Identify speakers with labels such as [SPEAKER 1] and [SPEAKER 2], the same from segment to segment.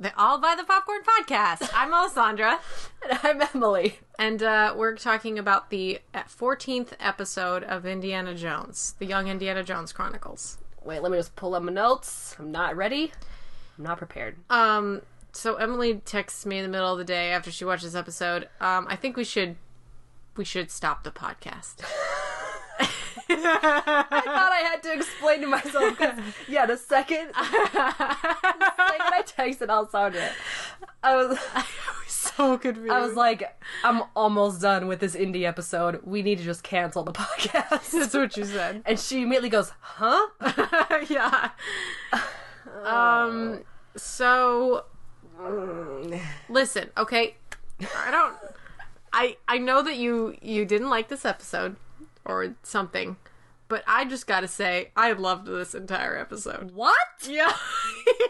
[SPEAKER 1] the All by the Popcorn podcast. I'm Alessandra
[SPEAKER 2] And I'm Emily.
[SPEAKER 1] and uh, we're talking about the 14th episode of Indiana Jones, the Young Indiana Jones Chronicles.
[SPEAKER 2] Wait, let me just pull up my notes. I'm not ready. I'm not prepared.
[SPEAKER 1] Um, so Emily texts me in the middle of the day after she watched this episode. Um, I think we should we should stop the podcast.
[SPEAKER 2] I thought I had to explain to myself because, yeah, the second, the second I texted Alessandra, I was,
[SPEAKER 1] so confused.
[SPEAKER 2] I was like, I'm almost done with this indie episode. We need to just cancel the podcast.
[SPEAKER 1] that's what you said.
[SPEAKER 2] And she immediately goes, huh?
[SPEAKER 1] yeah. Um. So, listen. Okay. I don't. I I know that you you didn't like this episode or something, but I just gotta say I loved this entire episode.
[SPEAKER 2] What?
[SPEAKER 1] Yeah.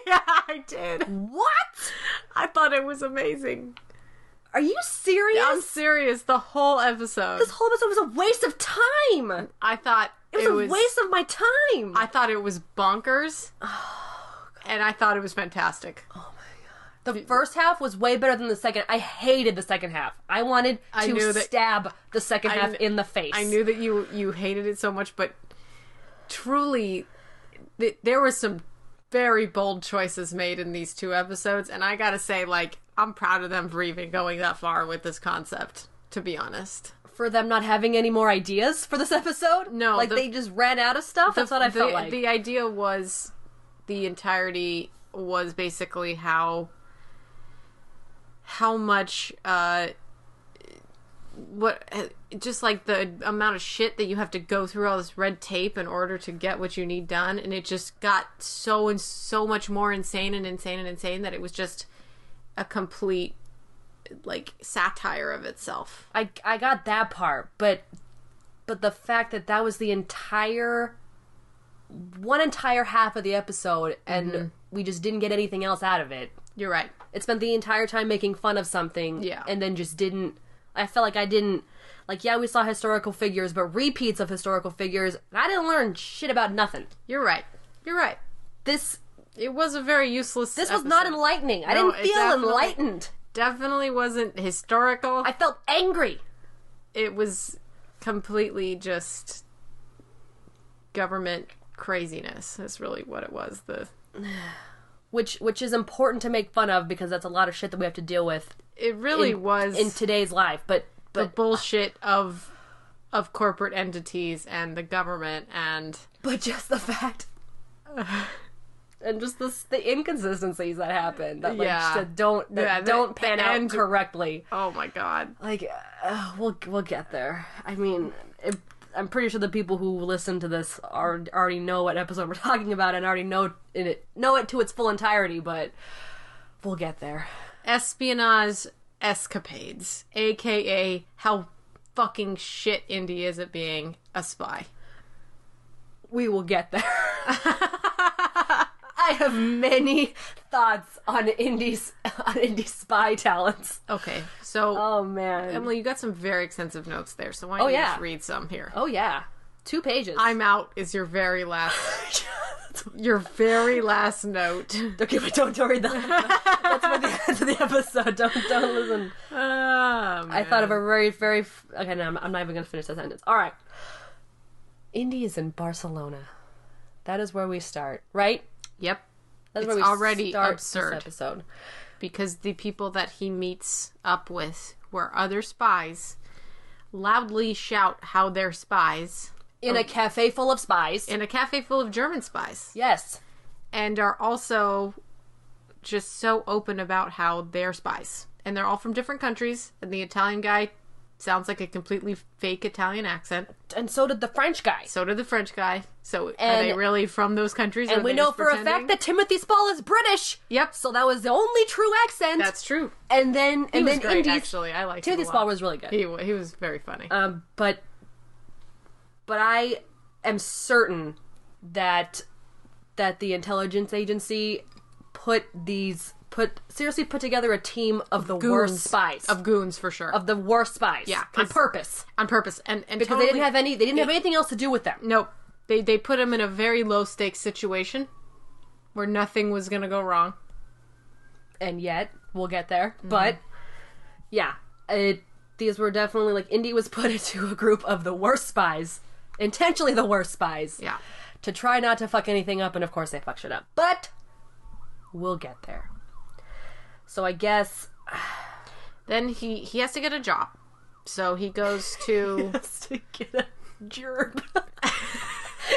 [SPEAKER 1] yeah, I did.
[SPEAKER 2] What?
[SPEAKER 1] I thought it was amazing.
[SPEAKER 2] Are you serious?
[SPEAKER 1] I'm serious. The whole episode.
[SPEAKER 2] this whole episode was a waste of time.
[SPEAKER 1] I thought
[SPEAKER 2] It was a waste of my time.
[SPEAKER 1] I thought it was bonkers.
[SPEAKER 2] Oh,
[SPEAKER 1] and I thought it was fantastic.
[SPEAKER 2] The first half was way better than the second. I hated the second half. I wanted to
[SPEAKER 1] I knew that-
[SPEAKER 2] stab the second half
[SPEAKER 1] kn-
[SPEAKER 2] in the face.
[SPEAKER 1] I knew that you you hated it so much, but truly, th- there were some very bold choices made in these two episodes, and I gotta say, like, I'm proud of them for even going that far with this concept. To be honest,
[SPEAKER 2] for them not having any more ideas for this episode.
[SPEAKER 1] No,
[SPEAKER 2] like
[SPEAKER 1] the-
[SPEAKER 2] they just ran out of stuff. That's what I
[SPEAKER 1] the,
[SPEAKER 2] felt like.
[SPEAKER 1] The idea was the entirety was basically how how much uh what just like the amount of shit that you have to go through all this red tape in order to get what you need done and it just got so and so much more insane and insane and insane that it was just a complete like satire of itself
[SPEAKER 2] I I got that part, but but the fact that that was the entire one entire half of the episode, and
[SPEAKER 1] Mm-hmm.
[SPEAKER 2] we just didn't get anything else out of it.
[SPEAKER 1] you're right
[SPEAKER 2] It spent the entire time making fun of something,
[SPEAKER 1] Yeah.
[SPEAKER 2] and then just didn't. I felt like I didn't. Like, yeah, we saw historical figures, but repeats of historical figures, and I didn't learn shit about nothing.
[SPEAKER 1] you're right you're right
[SPEAKER 2] This
[SPEAKER 1] it was a very useless
[SPEAKER 2] this was not
[SPEAKER 1] episode.
[SPEAKER 2] enlightening. I
[SPEAKER 1] No,
[SPEAKER 2] didn't
[SPEAKER 1] it
[SPEAKER 2] feel
[SPEAKER 1] definitely-
[SPEAKER 2] enlightened.
[SPEAKER 1] definitely wasn't historical.
[SPEAKER 2] I felt angry.
[SPEAKER 1] It was completely just government craziness. That's really what it was. The
[SPEAKER 2] Which, which is important to make fun of because that's a lot of shit that we have to deal with
[SPEAKER 1] it really was
[SPEAKER 2] in today's life. But
[SPEAKER 1] the
[SPEAKER 2] but
[SPEAKER 1] bullshit of of corporate entities and the government and
[SPEAKER 2] but just the fact and just the the inconsistencies that happen that like
[SPEAKER 1] Yeah.
[SPEAKER 2] that don't that
[SPEAKER 1] Yeah, the-
[SPEAKER 2] don't
[SPEAKER 1] the
[SPEAKER 2] pan out
[SPEAKER 1] end-
[SPEAKER 2] correctly.
[SPEAKER 1] oh my god.
[SPEAKER 2] Like uh, we'll we'll get there. I mean, it, I'm pretty sure the people who listen to this are already know what episode we're talking about and already know in it know it to its full entirety. But we'll get there.
[SPEAKER 1] Espionage escapades, aka how fucking shit Indy is at being a spy.
[SPEAKER 2] We will get there. I have many thoughts on Indy's on Indy's spy talents.
[SPEAKER 1] Okay, so
[SPEAKER 2] Oh man.
[SPEAKER 1] Emily, you got some very extensive notes there, so why don't
[SPEAKER 2] Oh,
[SPEAKER 1] you
[SPEAKER 2] yeah.
[SPEAKER 1] just read some here?
[SPEAKER 2] Oh yeah, two pages.
[SPEAKER 1] I'm out is your very last your very last note.
[SPEAKER 2] okay, but don't don't read that. That's for the end of the episode. Don't don't listen.
[SPEAKER 1] Um,
[SPEAKER 2] I thought of a very very. f- Okay, no, I'm, I'm not even gonna finish that sentence. All right. Indy is in Barcelona. That is where we start, right?
[SPEAKER 1] yep,
[SPEAKER 2] That's
[SPEAKER 1] It's
[SPEAKER 2] where we
[SPEAKER 1] already
[SPEAKER 2] start
[SPEAKER 1] absurd.
[SPEAKER 2] This episode.
[SPEAKER 1] because the people that he meets up with were other spies. Loudly shout how they're spies
[SPEAKER 2] In a cafe full of spies.
[SPEAKER 1] in a cafe full of German spies,
[SPEAKER 2] yes.
[SPEAKER 1] and are also just so open about how they're spies and they're all from different countries and the Italian guy sounds like a completely fake Italian accent.
[SPEAKER 2] And so did the French guy.
[SPEAKER 1] So did the French guy. So
[SPEAKER 2] And-
[SPEAKER 1] are they really from those countries? or
[SPEAKER 2] and
[SPEAKER 1] are
[SPEAKER 2] we
[SPEAKER 1] they
[SPEAKER 2] know
[SPEAKER 1] just
[SPEAKER 2] for a
[SPEAKER 1] pretending?
[SPEAKER 2] fact that Timothy Spall is British.
[SPEAKER 1] Yep.
[SPEAKER 2] So that was the only true accent.
[SPEAKER 1] that's true.
[SPEAKER 2] And then
[SPEAKER 1] He
[SPEAKER 2] and
[SPEAKER 1] was
[SPEAKER 2] then
[SPEAKER 1] great,
[SPEAKER 2] Indies.
[SPEAKER 1] actually. I liked
[SPEAKER 2] Timothy
[SPEAKER 1] him a lot.
[SPEAKER 2] Spall was really good.
[SPEAKER 1] He wa- he was very funny.
[SPEAKER 2] Um, but but I am certain that that the intelligence agency put these put seriously put together a team of the worst spies
[SPEAKER 1] of goons for sure
[SPEAKER 2] of the worst spies.
[SPEAKER 1] Yeah,
[SPEAKER 2] on
[SPEAKER 1] 'cause-
[SPEAKER 2] purpose
[SPEAKER 1] on purpose and and
[SPEAKER 2] because they didn't have any they didn't have anything else to do with them.
[SPEAKER 1] Nope. They they put him in a very low stakes situation where nothing was gonna go wrong.
[SPEAKER 2] and yet we'll get there.
[SPEAKER 1] Mm-hmm.
[SPEAKER 2] But yeah, it, these were definitely like Indy was put into a group of the worst spies, intentionally the worst spies,
[SPEAKER 1] Yeah.
[SPEAKER 2] to try not to fuck anything up, and of course they fuck shit up. But we'll get there. So I guess
[SPEAKER 1] Then he he has to get a job, so he goes to
[SPEAKER 2] to get a jerk.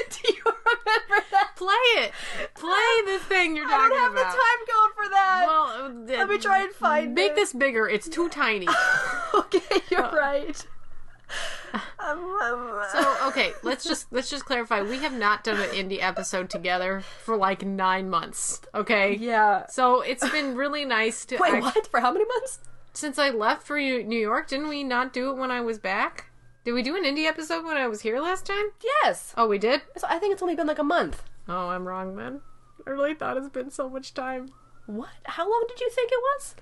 [SPEAKER 2] Do you remember that?
[SPEAKER 1] play it, play the thing you're talking
[SPEAKER 2] I don't have
[SPEAKER 1] about.
[SPEAKER 2] the time code for that.
[SPEAKER 1] Well, uh,
[SPEAKER 2] Let me try and find
[SPEAKER 1] Make
[SPEAKER 2] it.
[SPEAKER 1] this bigger. It's too tiny.
[SPEAKER 2] okay, you're right. Um, um,
[SPEAKER 1] So okay, let's just let's just clarify. We have not done an indie episode together for like nine months. Okay.
[SPEAKER 2] Yeah.
[SPEAKER 1] So it's been really nice to
[SPEAKER 2] Wait,
[SPEAKER 1] act-
[SPEAKER 2] what? For how many months?
[SPEAKER 1] since I left for New New York. Didn't we not do it when I was back? Did we do an indie episode when I was here last time?
[SPEAKER 2] Yes.
[SPEAKER 1] Oh, we did.
[SPEAKER 2] So I think it's only been like a month.
[SPEAKER 1] Oh, I'm wrong then. I really thought it's been so much time.
[SPEAKER 2] What? How long did you think it was?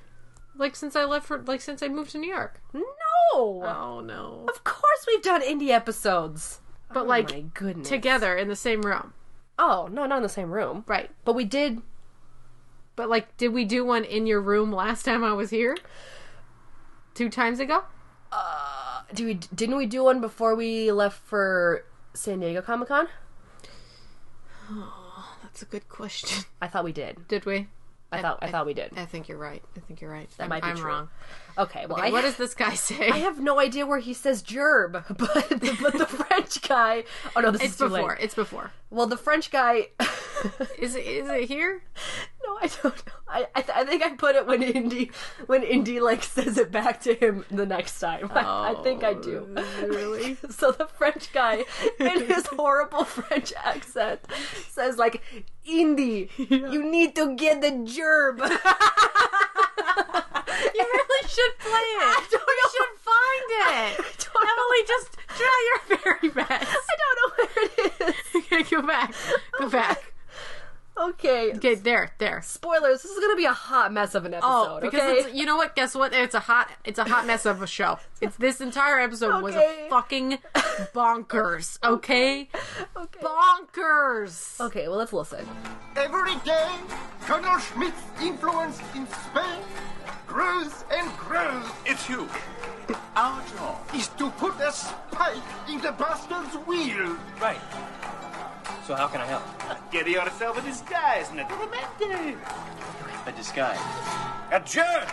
[SPEAKER 1] Like since I left for like since I moved to New York.
[SPEAKER 2] No.
[SPEAKER 1] Oh no.
[SPEAKER 2] Of course we've done indie episodes.
[SPEAKER 1] But
[SPEAKER 2] Oh My
[SPEAKER 1] like
[SPEAKER 2] goodness.
[SPEAKER 1] together in the same room.
[SPEAKER 2] Oh, no, not in the same room.
[SPEAKER 1] Right.
[SPEAKER 2] But we did
[SPEAKER 1] But like, did we do one in your room last time I was here? Two times ago?
[SPEAKER 2] do we didn't we do one before we left for San Diego Comic-Con?
[SPEAKER 1] That's a good question.
[SPEAKER 2] I thought we did.
[SPEAKER 1] Did we?
[SPEAKER 2] I thought I, thought we did.
[SPEAKER 1] I think you're right. I think you're right. That
[SPEAKER 2] might be
[SPEAKER 1] I'm
[SPEAKER 2] true.
[SPEAKER 1] wrong.
[SPEAKER 2] Okay, well
[SPEAKER 1] Okay,
[SPEAKER 2] I
[SPEAKER 1] what does this guy say?
[SPEAKER 2] I have no idea where he says gerb, but the, but the French guy. Oh no, this
[SPEAKER 1] it's
[SPEAKER 2] is too late.
[SPEAKER 1] before. It's before.
[SPEAKER 2] Well, the French guy.
[SPEAKER 1] Is it? Is it here?
[SPEAKER 2] No, I don't know. I, I, th- I think I put it when Indy when Indy like says it back to him the next time. I, I think I do.
[SPEAKER 1] Oh, Really?
[SPEAKER 2] So the French guy in his horrible French accent says like, "Indy, you need to get the gerb." you really should play it. I don't
[SPEAKER 1] should find
[SPEAKER 2] know.
[SPEAKER 1] it.
[SPEAKER 2] don't know.
[SPEAKER 1] Emily, just try your very best.
[SPEAKER 2] I don't know where it is. Oh,
[SPEAKER 1] Okay, go back. Go back.
[SPEAKER 2] Okay.
[SPEAKER 1] Okay, there, there.
[SPEAKER 2] Spoilers. This is gonna be a hot mess of an episode.
[SPEAKER 1] Oh, because
[SPEAKER 2] okay?
[SPEAKER 1] it's, you know what? Guess what? It's a hot, it's a hot mess of a show. It's this entire episode was a
[SPEAKER 2] Okay.
[SPEAKER 1] fucking bonkers. Okay, bonkers.
[SPEAKER 2] okay. Well, let's listen.
[SPEAKER 3] Every day, Colonel Schmidt's influence in Spain grows and grows.
[SPEAKER 4] It's huge. Our job.
[SPEAKER 3] Is to put a spike in the bastard's wheel.
[SPEAKER 4] Right. So how can I help? Get yourself a disguise, naturalmente. A disguise. A jerk!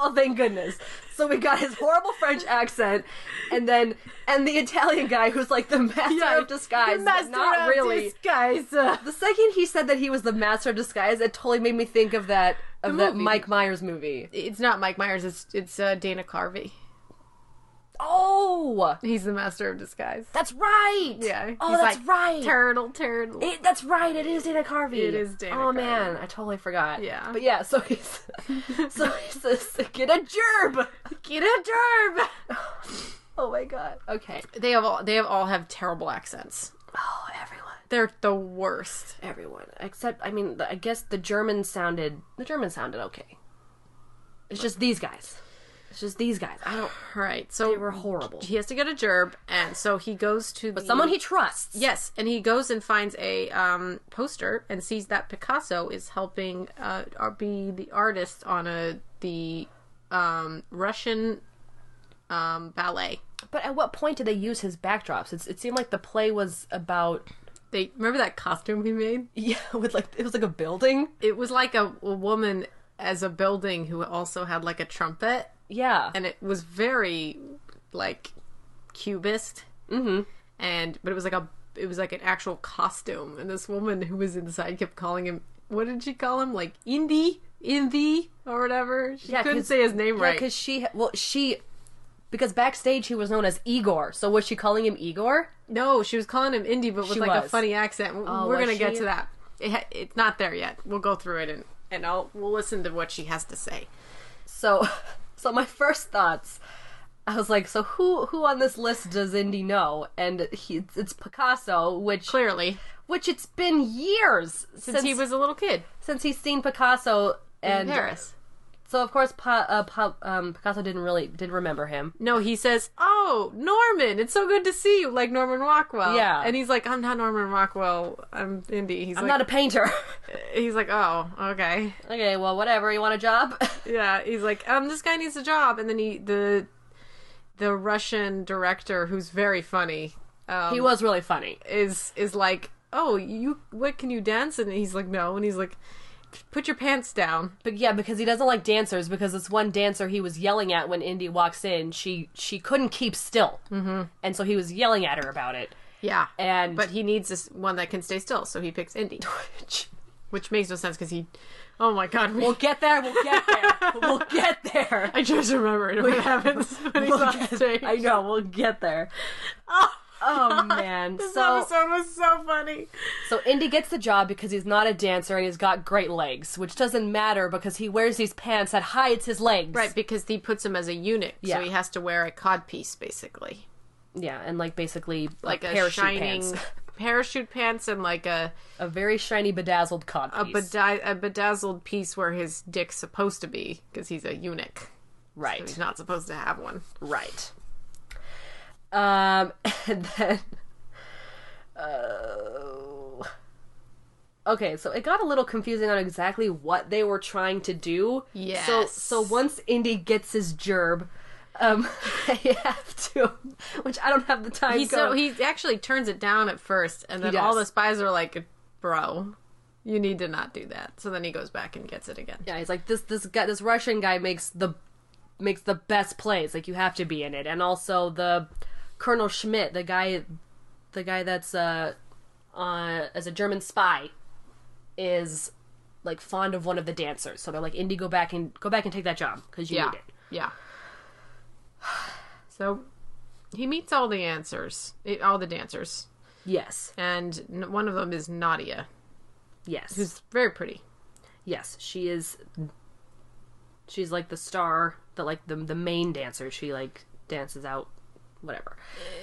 [SPEAKER 2] Oh, thank goodness. So we got his horrible French accent, and then and the Italian guy who's like the master of disguise, but not really.
[SPEAKER 1] Guys,
[SPEAKER 2] the second he said that he was the master of disguise, it totally made me think of that of that
[SPEAKER 1] movie.
[SPEAKER 2] Mike Myers movie.
[SPEAKER 1] it's not Mike Myers. It's it's uh, Dana Carvey.
[SPEAKER 2] Oh,
[SPEAKER 1] He's the master of disguise.
[SPEAKER 2] that's right.
[SPEAKER 1] Yeah.
[SPEAKER 2] Oh,
[SPEAKER 1] He's
[SPEAKER 2] that's
[SPEAKER 1] like,
[SPEAKER 2] right.
[SPEAKER 1] Turtle, turtle.
[SPEAKER 2] It- that's right. It is Dana Carvey.
[SPEAKER 1] It is Dana
[SPEAKER 2] Oh
[SPEAKER 1] Carvey.
[SPEAKER 2] man, I totally forgot.
[SPEAKER 1] Yeah.
[SPEAKER 2] But yeah, so he's so he says, "Get a gerb,
[SPEAKER 1] Get a derb.
[SPEAKER 2] Oh my god. Okay.
[SPEAKER 1] They have all they have all have terrible accents.
[SPEAKER 2] Oh, everyone.
[SPEAKER 1] They're the worst.
[SPEAKER 2] everyone except i mean the, i guess the german sounded the german sounded okay it's just these guys it's just these guys i don't
[SPEAKER 1] All right, so
[SPEAKER 2] they were horrible
[SPEAKER 1] he has to get a gerb, and so he goes to the,
[SPEAKER 2] someone he trusts
[SPEAKER 1] yes, and he goes and finds a um, poster and sees that Picasso is helping uh, ar- be the artist on a the um, Russian um, ballet.
[SPEAKER 2] but at what point did they use his backdrops it's, it seemed like the play was about
[SPEAKER 1] They remember that costume he made.
[SPEAKER 2] yeah with like it was like a building
[SPEAKER 1] It was like a, a woman as a building who also had like a trumpet.
[SPEAKER 2] yeah
[SPEAKER 1] and it was very like cubist mm-hmm. and but it was like a it was like an actual costume, and this woman who was inside kept calling him. What did she call him? Like Indy, Indy, or whatever. She couldn't
[SPEAKER 2] 'cause-
[SPEAKER 1] say his name
[SPEAKER 2] yeah,
[SPEAKER 1] right.
[SPEAKER 2] because she well she because backstage he was known as Igor. So was she calling him Igor?
[SPEAKER 1] No, she was calling him Indy, but with
[SPEAKER 2] She
[SPEAKER 1] like a
[SPEAKER 2] was.
[SPEAKER 1] funny accent. W-
[SPEAKER 2] Oh,
[SPEAKER 1] We're
[SPEAKER 2] was
[SPEAKER 1] gonna get
[SPEAKER 2] she?
[SPEAKER 1] to that. It ha- it's not there yet. We'll go through it and and I'll we'll listen to what she has to say.
[SPEAKER 2] So so my first thoughts. I was like, so who who on this list does Indy know? And he, it's Picasso, which
[SPEAKER 1] Clearly,
[SPEAKER 2] which it's been years since,
[SPEAKER 1] since, he was a little kid
[SPEAKER 2] since he's seen Picasso
[SPEAKER 1] in
[SPEAKER 2] and
[SPEAKER 1] Paris.
[SPEAKER 2] So of course, pa, uh, pa, um, Picasso didn't really did remember him.
[SPEAKER 1] No, he says, "Oh, Norman, it's so good to see you." Like Norman Rockwell.
[SPEAKER 2] Yeah.
[SPEAKER 1] and he's like, "I'm not Norman Rockwell. I'm Indy." He's
[SPEAKER 2] I'm
[SPEAKER 1] like,
[SPEAKER 2] not a painter.
[SPEAKER 1] he's like, "Oh, okay."
[SPEAKER 2] okay, well, whatever. You want a job?
[SPEAKER 1] Yeah, he's like, um, this guy needs a job, and then he the the Russian director who's very funny. Um,
[SPEAKER 2] he was really funny.
[SPEAKER 1] is is like, oh, you what can you dance? And he's like, no, and he's like, put your pants down.
[SPEAKER 2] But yeah, because he doesn't like dancers. Because this one dancer he was yelling at when Indy walks in, she she couldn't keep still, mm-hmm. and so he was yelling at her about it.
[SPEAKER 1] Yeah,
[SPEAKER 2] And-
[SPEAKER 1] but he needs this one that can stay still, so he picks Indy, which makes no sense because he, oh my god, we,
[SPEAKER 2] We'll get there. We'll get there. we'll get there.
[SPEAKER 1] I just remembered what happens when he's
[SPEAKER 2] We'll
[SPEAKER 1] on
[SPEAKER 2] get-
[SPEAKER 1] stage.
[SPEAKER 2] I know. We'll get there. Oh, man.
[SPEAKER 1] This
[SPEAKER 2] so
[SPEAKER 1] episode was so funny.
[SPEAKER 2] So Indy gets the job because he's not a dancer and he's got great legs, which doesn't matter because he wears these pants that hides his legs.
[SPEAKER 1] Right, because he puts him as a eunuch,
[SPEAKER 2] Yeah.
[SPEAKER 1] so he has to wear a codpiece basically,
[SPEAKER 2] Yeah, and like basically
[SPEAKER 1] like
[SPEAKER 2] a
[SPEAKER 1] a,
[SPEAKER 2] parachute
[SPEAKER 1] shining
[SPEAKER 2] pants.
[SPEAKER 1] parachute pants and like a
[SPEAKER 2] A very shiny bedazzled
[SPEAKER 1] a,
[SPEAKER 2] codpiece.
[SPEAKER 1] bedi- a bedazzled piece where his dick's supposed to be because he's a eunuch. So
[SPEAKER 2] right.
[SPEAKER 1] He's not supposed to have one.
[SPEAKER 2] Right. Um, and then. Uh, okay, so it got a little confusing on exactly what they were trying to do. So,
[SPEAKER 1] Yes.
[SPEAKER 2] so once Indy gets his gerb, um, they have to, which I don't have the time.
[SPEAKER 1] He so he actually turns it down at first, and then
[SPEAKER 2] He
[SPEAKER 1] all
[SPEAKER 2] does.
[SPEAKER 1] the spies are like, "Bro, you need to not do that." So then he goes back and gets it again.
[SPEAKER 2] yeah, he's like this. This guy, this Russian guy, makes the makes the best plays. Like you have to be in it, and also the Colonel Schmidt, the guy, the guy that's uh, uh as a German spy, is like fond of one of the dancers. So they're like, Indy, go back and go back and take that job because you
[SPEAKER 1] Yeah,
[SPEAKER 2] need it.
[SPEAKER 1] yeah. So he meets all the answers, eh, all the dancers,
[SPEAKER 2] Yes,
[SPEAKER 1] and n- one of them is Nadia,
[SPEAKER 2] yes,
[SPEAKER 1] who's very pretty.
[SPEAKER 2] yes. She is. She's like the star, the like the the main dancer. She like dances out, whatever.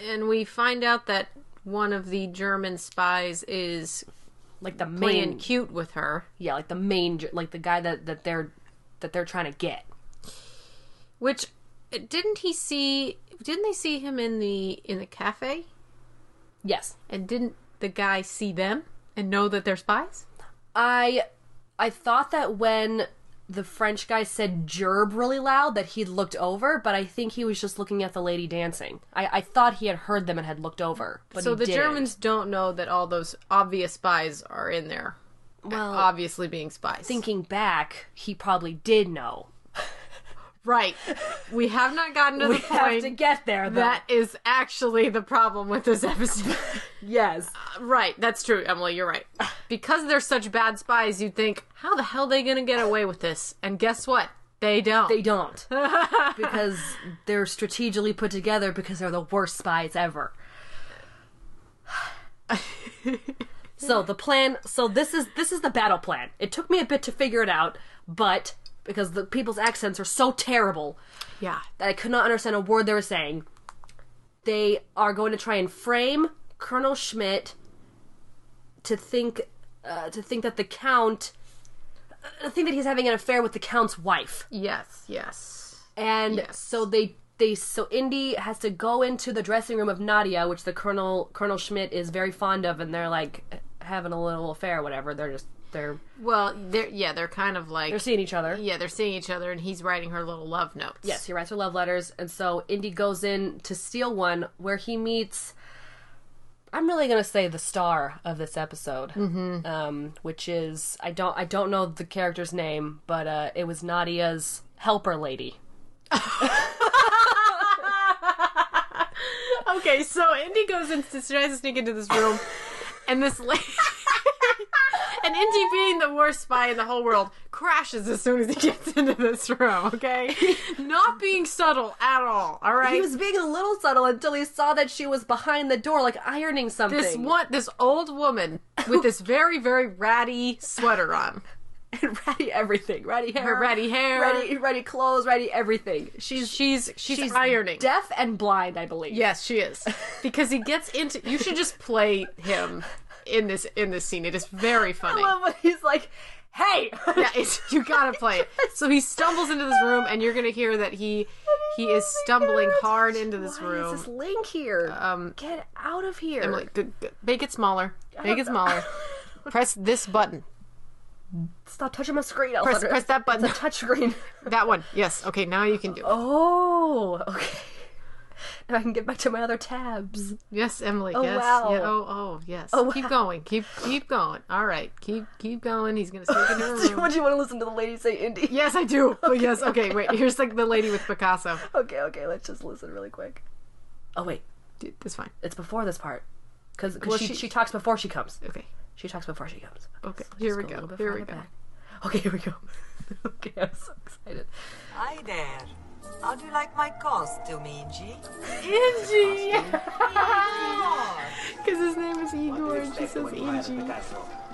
[SPEAKER 1] And we find out that one of the German spies is
[SPEAKER 2] Like the
[SPEAKER 1] playing
[SPEAKER 2] main
[SPEAKER 1] cute with her,
[SPEAKER 2] yeah like the main like the guy that that they're that they're trying to get
[SPEAKER 1] which eh, didn't he see? Didn't they see him in the in the cafe?
[SPEAKER 2] yes
[SPEAKER 1] And didn't the guy see them and know that they're spies?
[SPEAKER 2] i i thought that when the french guy said gerb really loud that he looked over but i think he was just looking at the lady dancing i i thought he had heard them and had looked over but
[SPEAKER 1] so
[SPEAKER 2] he
[SPEAKER 1] the
[SPEAKER 2] didn't.
[SPEAKER 1] Germans don't know that all those obvious spies are in there. Well, obviously being spies.
[SPEAKER 2] thinking back he probably did know
[SPEAKER 1] right. We have not gotten to
[SPEAKER 2] we
[SPEAKER 1] the
[SPEAKER 2] have
[SPEAKER 1] point.
[SPEAKER 2] to get there though.
[SPEAKER 1] that is actually the problem with this episode.
[SPEAKER 2] yes
[SPEAKER 1] right, that's true, Emily, you're right. Because they're such bad spies, you'd think, how the hell are they going to get away with this? And guess what? They don't.
[SPEAKER 2] they don't because they're strategically put together because they're the worst spies ever so the plan so this is this is the battle plan it took me a bit to figure it out but because the people's accents are so terrible
[SPEAKER 1] yeah.
[SPEAKER 2] that i could not understand a word they were saying they are going to try and frame colonel schmidt to think uh, to think that the count uh, think that he's having an affair with the count's wife
[SPEAKER 1] Yes, yes.
[SPEAKER 2] and so they they so Indy has to go into the dressing room of Nadia, which the Colonel Colonel Schmidt is very fond of, and they're like having a little affair, or whatever. They're just they're
[SPEAKER 1] Well, they're yeah, they're kind of like
[SPEAKER 2] they're seeing each other.
[SPEAKER 1] Yeah, they're seeing each other, and he's writing her little love notes.
[SPEAKER 2] Yes, he writes her love letters, and so Indy goes in to steal one where he meets. I'm really gonna say the star of this episode, mm-hmm. um, which is I don't I don't know the character's name, but uh, it was Nadia's helper lady.
[SPEAKER 1] Okay, so Indy goes in to tries to sneak into this room, and this lady, and Indy, being the worst spy in the whole world, crashes as soon as he gets into this room. Okay, not being subtle at all. All right,
[SPEAKER 2] He was being a little subtle until he saw that she was behind the door, like ironing something.
[SPEAKER 1] this one, this old woman with this very very ratty sweater on,
[SPEAKER 2] and ready everything, ready hair,
[SPEAKER 1] her ratty hair.
[SPEAKER 2] ready, ready clothes, ready everything. She's
[SPEAKER 1] She's, she's ironing.
[SPEAKER 2] deaf and blind, I believe.
[SPEAKER 1] Yes, she is. Because he gets into. You should just play him in this in this scene. It is very funny.
[SPEAKER 2] I love when he's like, "Hey,
[SPEAKER 1] yeah, it's, you gotta play it. So he stumbles into this room, and you're gonna hear that he he is stumbling hard into this
[SPEAKER 2] Oh Why
[SPEAKER 1] room.
[SPEAKER 2] Is this link here?
[SPEAKER 1] Um,
[SPEAKER 2] Get out of here!"
[SPEAKER 1] I'm like, "Good- good. make it smaller. Make it smaller. press this button.
[SPEAKER 2] Stop touching my screen.
[SPEAKER 1] Press press that button.
[SPEAKER 2] touch screen.
[SPEAKER 1] that one. Yes. Okay. Now you can do. it.
[SPEAKER 2] oh, okay. Now I can get back to my other tabs.
[SPEAKER 1] Yes, Emily. yes.
[SPEAKER 2] wow.
[SPEAKER 1] Yeah, oh, oh, yes.
[SPEAKER 2] Oh,
[SPEAKER 1] Keep
[SPEAKER 2] wow.
[SPEAKER 1] going. Keep keep going. All right. Keep keep going. He's gonna sneak into her room.
[SPEAKER 2] Would you want to listen to the lady say indie?
[SPEAKER 1] Yes, I do. Oh, yes. Okay. Wait. Here's like the lady with Picasso.
[SPEAKER 2] Okay, okay. Let's just listen really quick. Oh wait,
[SPEAKER 1] Dude, that's fine.
[SPEAKER 2] it's before this part. Because
[SPEAKER 1] Well,
[SPEAKER 2] she,
[SPEAKER 1] she-
[SPEAKER 2] she talks before she comes.
[SPEAKER 1] Okay.
[SPEAKER 2] She talks before she comes.
[SPEAKER 1] Okay.
[SPEAKER 2] so
[SPEAKER 1] Here
[SPEAKER 2] just
[SPEAKER 1] we
[SPEAKER 2] a little
[SPEAKER 1] go.
[SPEAKER 2] bit
[SPEAKER 1] Here we
[SPEAKER 2] farther
[SPEAKER 1] go.
[SPEAKER 2] back. Okay, here we go. okay, I'm so excited.
[SPEAKER 5] Hi there. How do you like my costume, Inji?
[SPEAKER 1] Angie. Because his name is Igor, and she says Angie.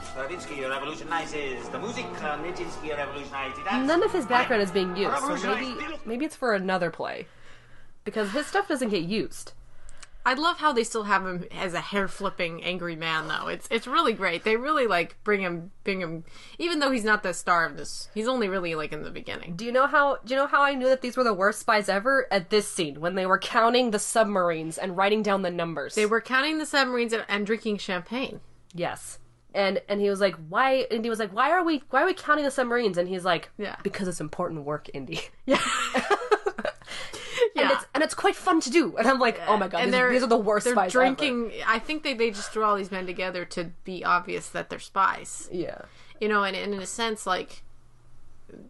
[SPEAKER 4] Stravinsky revolutionizes the music. Nijinsky revolutionized the dance.
[SPEAKER 2] None of his background is being used, so maybe maybe it's for another play. Because his stuff doesn't get used.
[SPEAKER 1] I love how they still have him as a hair flipping angry man though. It's it's really great. They really like bring him bring him even though he's not the star of this. He's only really like in the beginning.
[SPEAKER 2] Do you know how do you know how I knew that these were the worst spies ever? At this scene, when they were counting the submarines and writing down the numbers.
[SPEAKER 1] They were counting the submarines and, and drinking champagne.
[SPEAKER 2] Yes. And and he was like, Why and he was like, Why are we why are we counting the submarines? And he's like,
[SPEAKER 1] Yeah.
[SPEAKER 2] Because it's important work, Indy.
[SPEAKER 1] Yeah.
[SPEAKER 2] And it's and it's quite fun to do. And I'm like, Oh my god,
[SPEAKER 1] and
[SPEAKER 2] these,
[SPEAKER 1] they're
[SPEAKER 2] these are the worst
[SPEAKER 1] they're
[SPEAKER 2] spies.
[SPEAKER 1] drinking I think they, they just threw all these men together to be obvious that they're spies.
[SPEAKER 2] ever. Yeah.
[SPEAKER 1] you know, and, and in a sense, like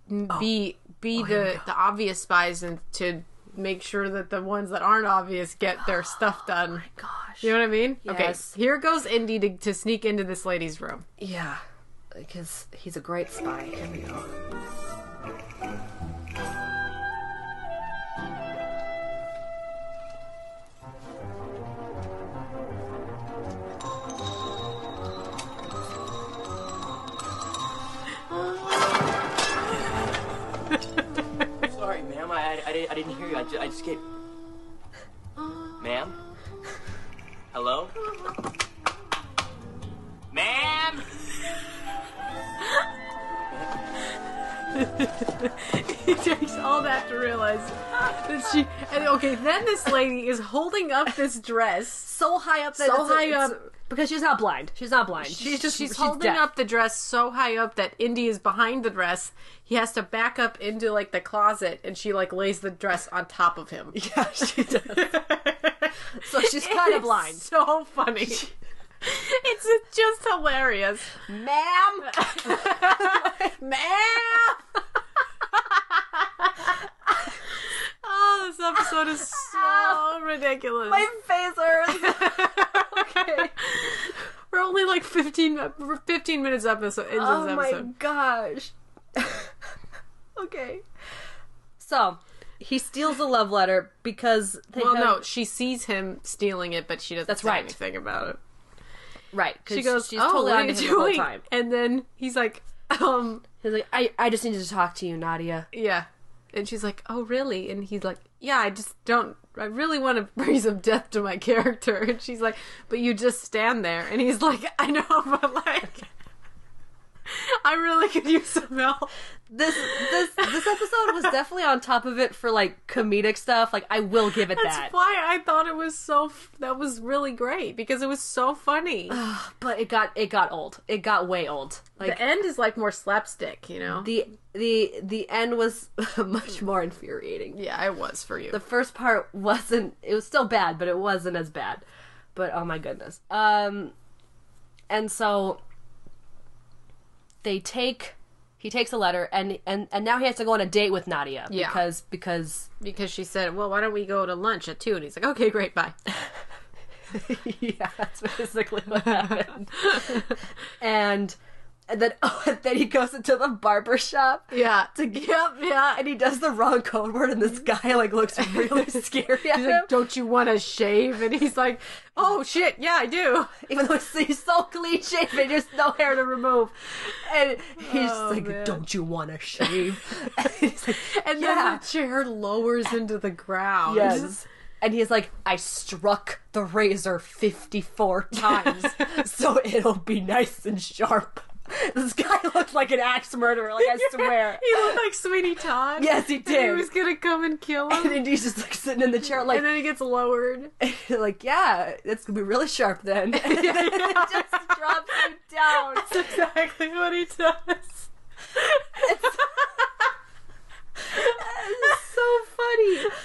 [SPEAKER 1] n- be be the the obvious spies and to make sure that the ones that aren't obvious get their stuff done. Oh my gosh, you know what I mean?
[SPEAKER 2] Yes.
[SPEAKER 1] Okay, here goes Indy to, to sneak into this lady's room.
[SPEAKER 2] Yeah. Because he's a great spy. Here we go.
[SPEAKER 4] Sorry, ma'am. I, I, I, didn't, I didn't hear you. I, ju- I just get.
[SPEAKER 2] Uh.
[SPEAKER 4] ma'am? Hello? ma'am?
[SPEAKER 1] It takes all that to realize that she. And okay, then this lady is holding up this dress
[SPEAKER 2] So high up that
[SPEAKER 1] So
[SPEAKER 2] it's a-
[SPEAKER 1] high
[SPEAKER 2] it's-
[SPEAKER 1] up.
[SPEAKER 2] because she's not blind. She's not blind. She's, just
[SPEAKER 1] she's, holding
[SPEAKER 2] deaf.
[SPEAKER 1] up the dress so high up that Indy is behind the dress. He has to back up into like the closet, and she like lays the dress on top of him.
[SPEAKER 2] Yeah, she does. so she's kind of
[SPEAKER 1] It's
[SPEAKER 2] blind.
[SPEAKER 1] So funny. it's just hilarious,
[SPEAKER 2] Ma'am
[SPEAKER 1] man. oh, this episode is so ridiculous.
[SPEAKER 2] My face hurts. okay.
[SPEAKER 1] We're only like 15, mi- we're 15 minutes up this into
[SPEAKER 2] Oh
[SPEAKER 1] this
[SPEAKER 2] my
[SPEAKER 1] episode.
[SPEAKER 2] gosh. okay. So he steals the love letter because they
[SPEAKER 1] Well,
[SPEAKER 2] have-
[SPEAKER 1] no, she sees him stealing it, but she doesn't
[SPEAKER 2] That's
[SPEAKER 1] say
[SPEAKER 2] right.
[SPEAKER 1] anything about it.
[SPEAKER 2] right. 'cause
[SPEAKER 1] She goes,
[SPEAKER 2] she's
[SPEAKER 1] "Oh,
[SPEAKER 2] totally
[SPEAKER 1] what
[SPEAKER 2] on
[SPEAKER 1] are you
[SPEAKER 2] to him the whole
[SPEAKER 1] doing?"
[SPEAKER 2] time.
[SPEAKER 1] And then he's like, um,
[SPEAKER 2] He's like, I, I just needed to talk to you, Nadia.
[SPEAKER 1] yeah. And she's like, oh, really? And he's like, yeah, I just don't. I really want to bring some death to my character. And she's like, but you just stand there. And he's like, I know, but like, I really could use some help.
[SPEAKER 2] This this this episode was definitely on top of it for like comedic stuff. Like I will give it
[SPEAKER 1] That's
[SPEAKER 2] that.
[SPEAKER 1] why I thought it was so. F- that was really great because it was so funny.
[SPEAKER 2] but it got it got old. It got way old. Like
[SPEAKER 1] the end is like more slapstick, you know.
[SPEAKER 2] the the the end was much more infuriating.
[SPEAKER 1] yeah, it was for you.
[SPEAKER 2] the first part wasn't it was still bad but it wasn't as bad but oh my goodness um and so they take he takes a letter and and and now he has to go on a date with nadia
[SPEAKER 1] Yeah.
[SPEAKER 2] because because
[SPEAKER 1] because she said, "Well, why don't we go to lunch at 2? And he's like, "Okay, great, bye."
[SPEAKER 2] yeah, that's basically what happened. and and then oh, and then he goes into the barber shop.
[SPEAKER 1] Yeah.
[SPEAKER 2] To, yep, yeah, and he does the wrong code word, and this guy like looks really scary at
[SPEAKER 1] Mm-hmm. He's
[SPEAKER 2] him.
[SPEAKER 1] like, "Don't you want to shave?" And he's like, "Oh shit, yeah, I do."
[SPEAKER 2] even though it's- he's so clean shaven, there's no hair to remove. And he's just
[SPEAKER 1] Oh,
[SPEAKER 2] like, "Don't you want to shave?" And he's like,
[SPEAKER 1] And
[SPEAKER 2] Yeah.
[SPEAKER 1] then the chair lowers into the ground.
[SPEAKER 2] Yes. And he's like, I struck the razor 54 times, so it'll be nice and sharp. This guy looked like an axe murderer, like, I swear.
[SPEAKER 1] He looked like Sweeney Todd.
[SPEAKER 2] Yes, he
[SPEAKER 1] And
[SPEAKER 2] did.
[SPEAKER 1] he was gonna come and kill him.
[SPEAKER 2] And then he's just like sitting in the chair, like,
[SPEAKER 1] and then he gets lowered.
[SPEAKER 2] like yeah, it's gonna be really sharp then. And then it just drops him down.
[SPEAKER 1] exactly what he does.
[SPEAKER 2] It's so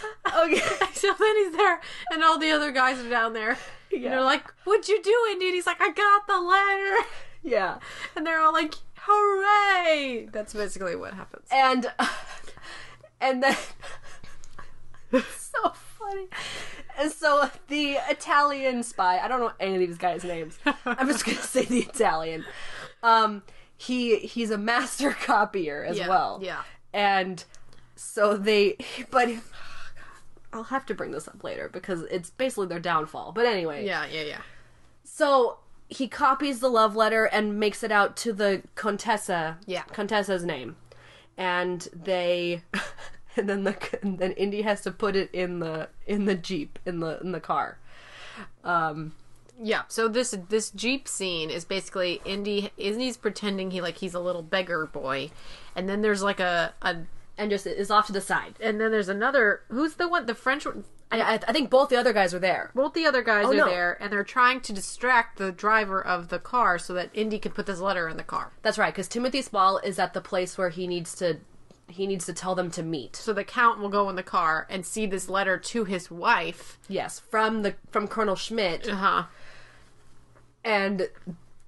[SPEAKER 2] funny. Okay.
[SPEAKER 1] So then he's there, and all the other guys are down there.
[SPEAKER 2] Yeah.
[SPEAKER 1] And they're like, What'd you do, Indy? And he's like, I got the letter.
[SPEAKER 2] Yeah.
[SPEAKER 1] And they're all like, Hooray! Eh, That's basically what happens.
[SPEAKER 2] and and then so funny. And so the Italian spy, I don't know any of these guys' names. I'm just gonna say the Italian. Um, he he's a master copier as
[SPEAKER 1] Yeah,
[SPEAKER 2] well.
[SPEAKER 1] yeah.
[SPEAKER 2] and so they, but I'll have to bring this up later because it's basically their downfall. But anyway,
[SPEAKER 1] Yeah, yeah, yeah.
[SPEAKER 2] so he copies the love letter and makes it out to the Contessa.
[SPEAKER 1] Yeah.
[SPEAKER 2] Contessa's name. And they and then the and then Indy has to put it in the in the Jeep in the in the car.
[SPEAKER 1] Yeah. So this this Jeep scene is basically Indy Indy's pretending he like he's a little beggar boy. And then there's like a, a
[SPEAKER 2] And just is off to the side.
[SPEAKER 1] and then there's another who's the one the French one
[SPEAKER 2] I, I, I think both the other guys were there.
[SPEAKER 1] both the other guys
[SPEAKER 2] Oh,
[SPEAKER 1] are
[SPEAKER 2] no.
[SPEAKER 1] there and they're trying to distract the driver of the car so that Indy can put this letter in the car.
[SPEAKER 2] That's right, because Timothy Spall is at the place where he needs to he needs to tell them to meet.
[SPEAKER 1] So the count will go in the car and see this letter to his wife.
[SPEAKER 2] Yes, from the from Colonel Schmidt.
[SPEAKER 1] Uh-huh.
[SPEAKER 2] And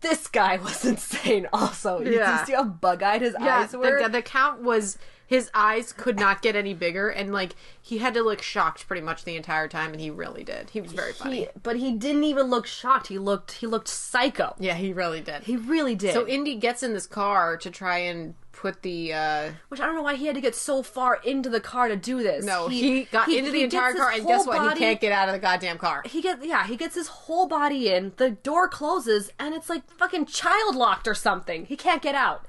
[SPEAKER 2] this guy was insane also. You- Did
[SPEAKER 1] Yeah.
[SPEAKER 2] you see how bug eyed his
[SPEAKER 1] Yeah,
[SPEAKER 2] eyes were?
[SPEAKER 1] the, the, the count was his eyes could not get any bigger and like he had to look shocked pretty much the entire time and he really did. He was very funny.
[SPEAKER 2] He- but he didn't even look shocked. He looked he looked psycho.
[SPEAKER 1] yeah, he really did.
[SPEAKER 2] He really did.
[SPEAKER 1] so Indy gets in this car to try and put the uh
[SPEAKER 2] which I don't know why he had to get so far into the car to do this.
[SPEAKER 1] no, he, got into the
[SPEAKER 2] he
[SPEAKER 1] entire
[SPEAKER 2] gets
[SPEAKER 1] car
[SPEAKER 2] his
[SPEAKER 1] and guess
[SPEAKER 2] whole
[SPEAKER 1] what?
[SPEAKER 2] body-
[SPEAKER 1] He can't get out of the goddamn car.
[SPEAKER 2] He gets yeah, he gets his whole body in. The door closes and it's like fucking child locked or something. He can't get out.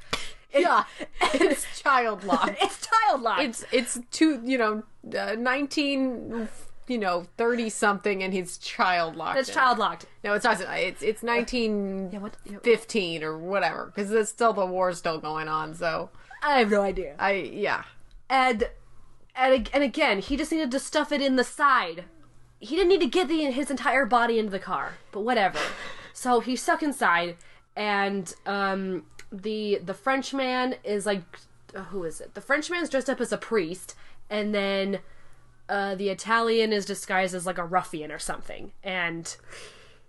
[SPEAKER 2] It-
[SPEAKER 1] Yeah. it's child locked.
[SPEAKER 2] it's child locked.
[SPEAKER 1] it's it's two you know uh, 19 you know 30 something and he's child locked
[SPEAKER 2] it's
[SPEAKER 1] in.
[SPEAKER 2] child locked.
[SPEAKER 1] no it's not it's it's 19
[SPEAKER 2] what- yeah.
[SPEAKER 1] 15 or whatever because there's still the war still going on so
[SPEAKER 2] I have no idea.
[SPEAKER 1] i yeah
[SPEAKER 2] and and ag- and again, he just needed to stuff it in the side. He didn't need to get the, his entire body into the car, but whatever. so he's stuck inside, and um, the the Frenchman is like, uh, who is it? The Frenchman's dressed up as a priest, and then uh, the Italian is disguised as like a ruffian or something, and.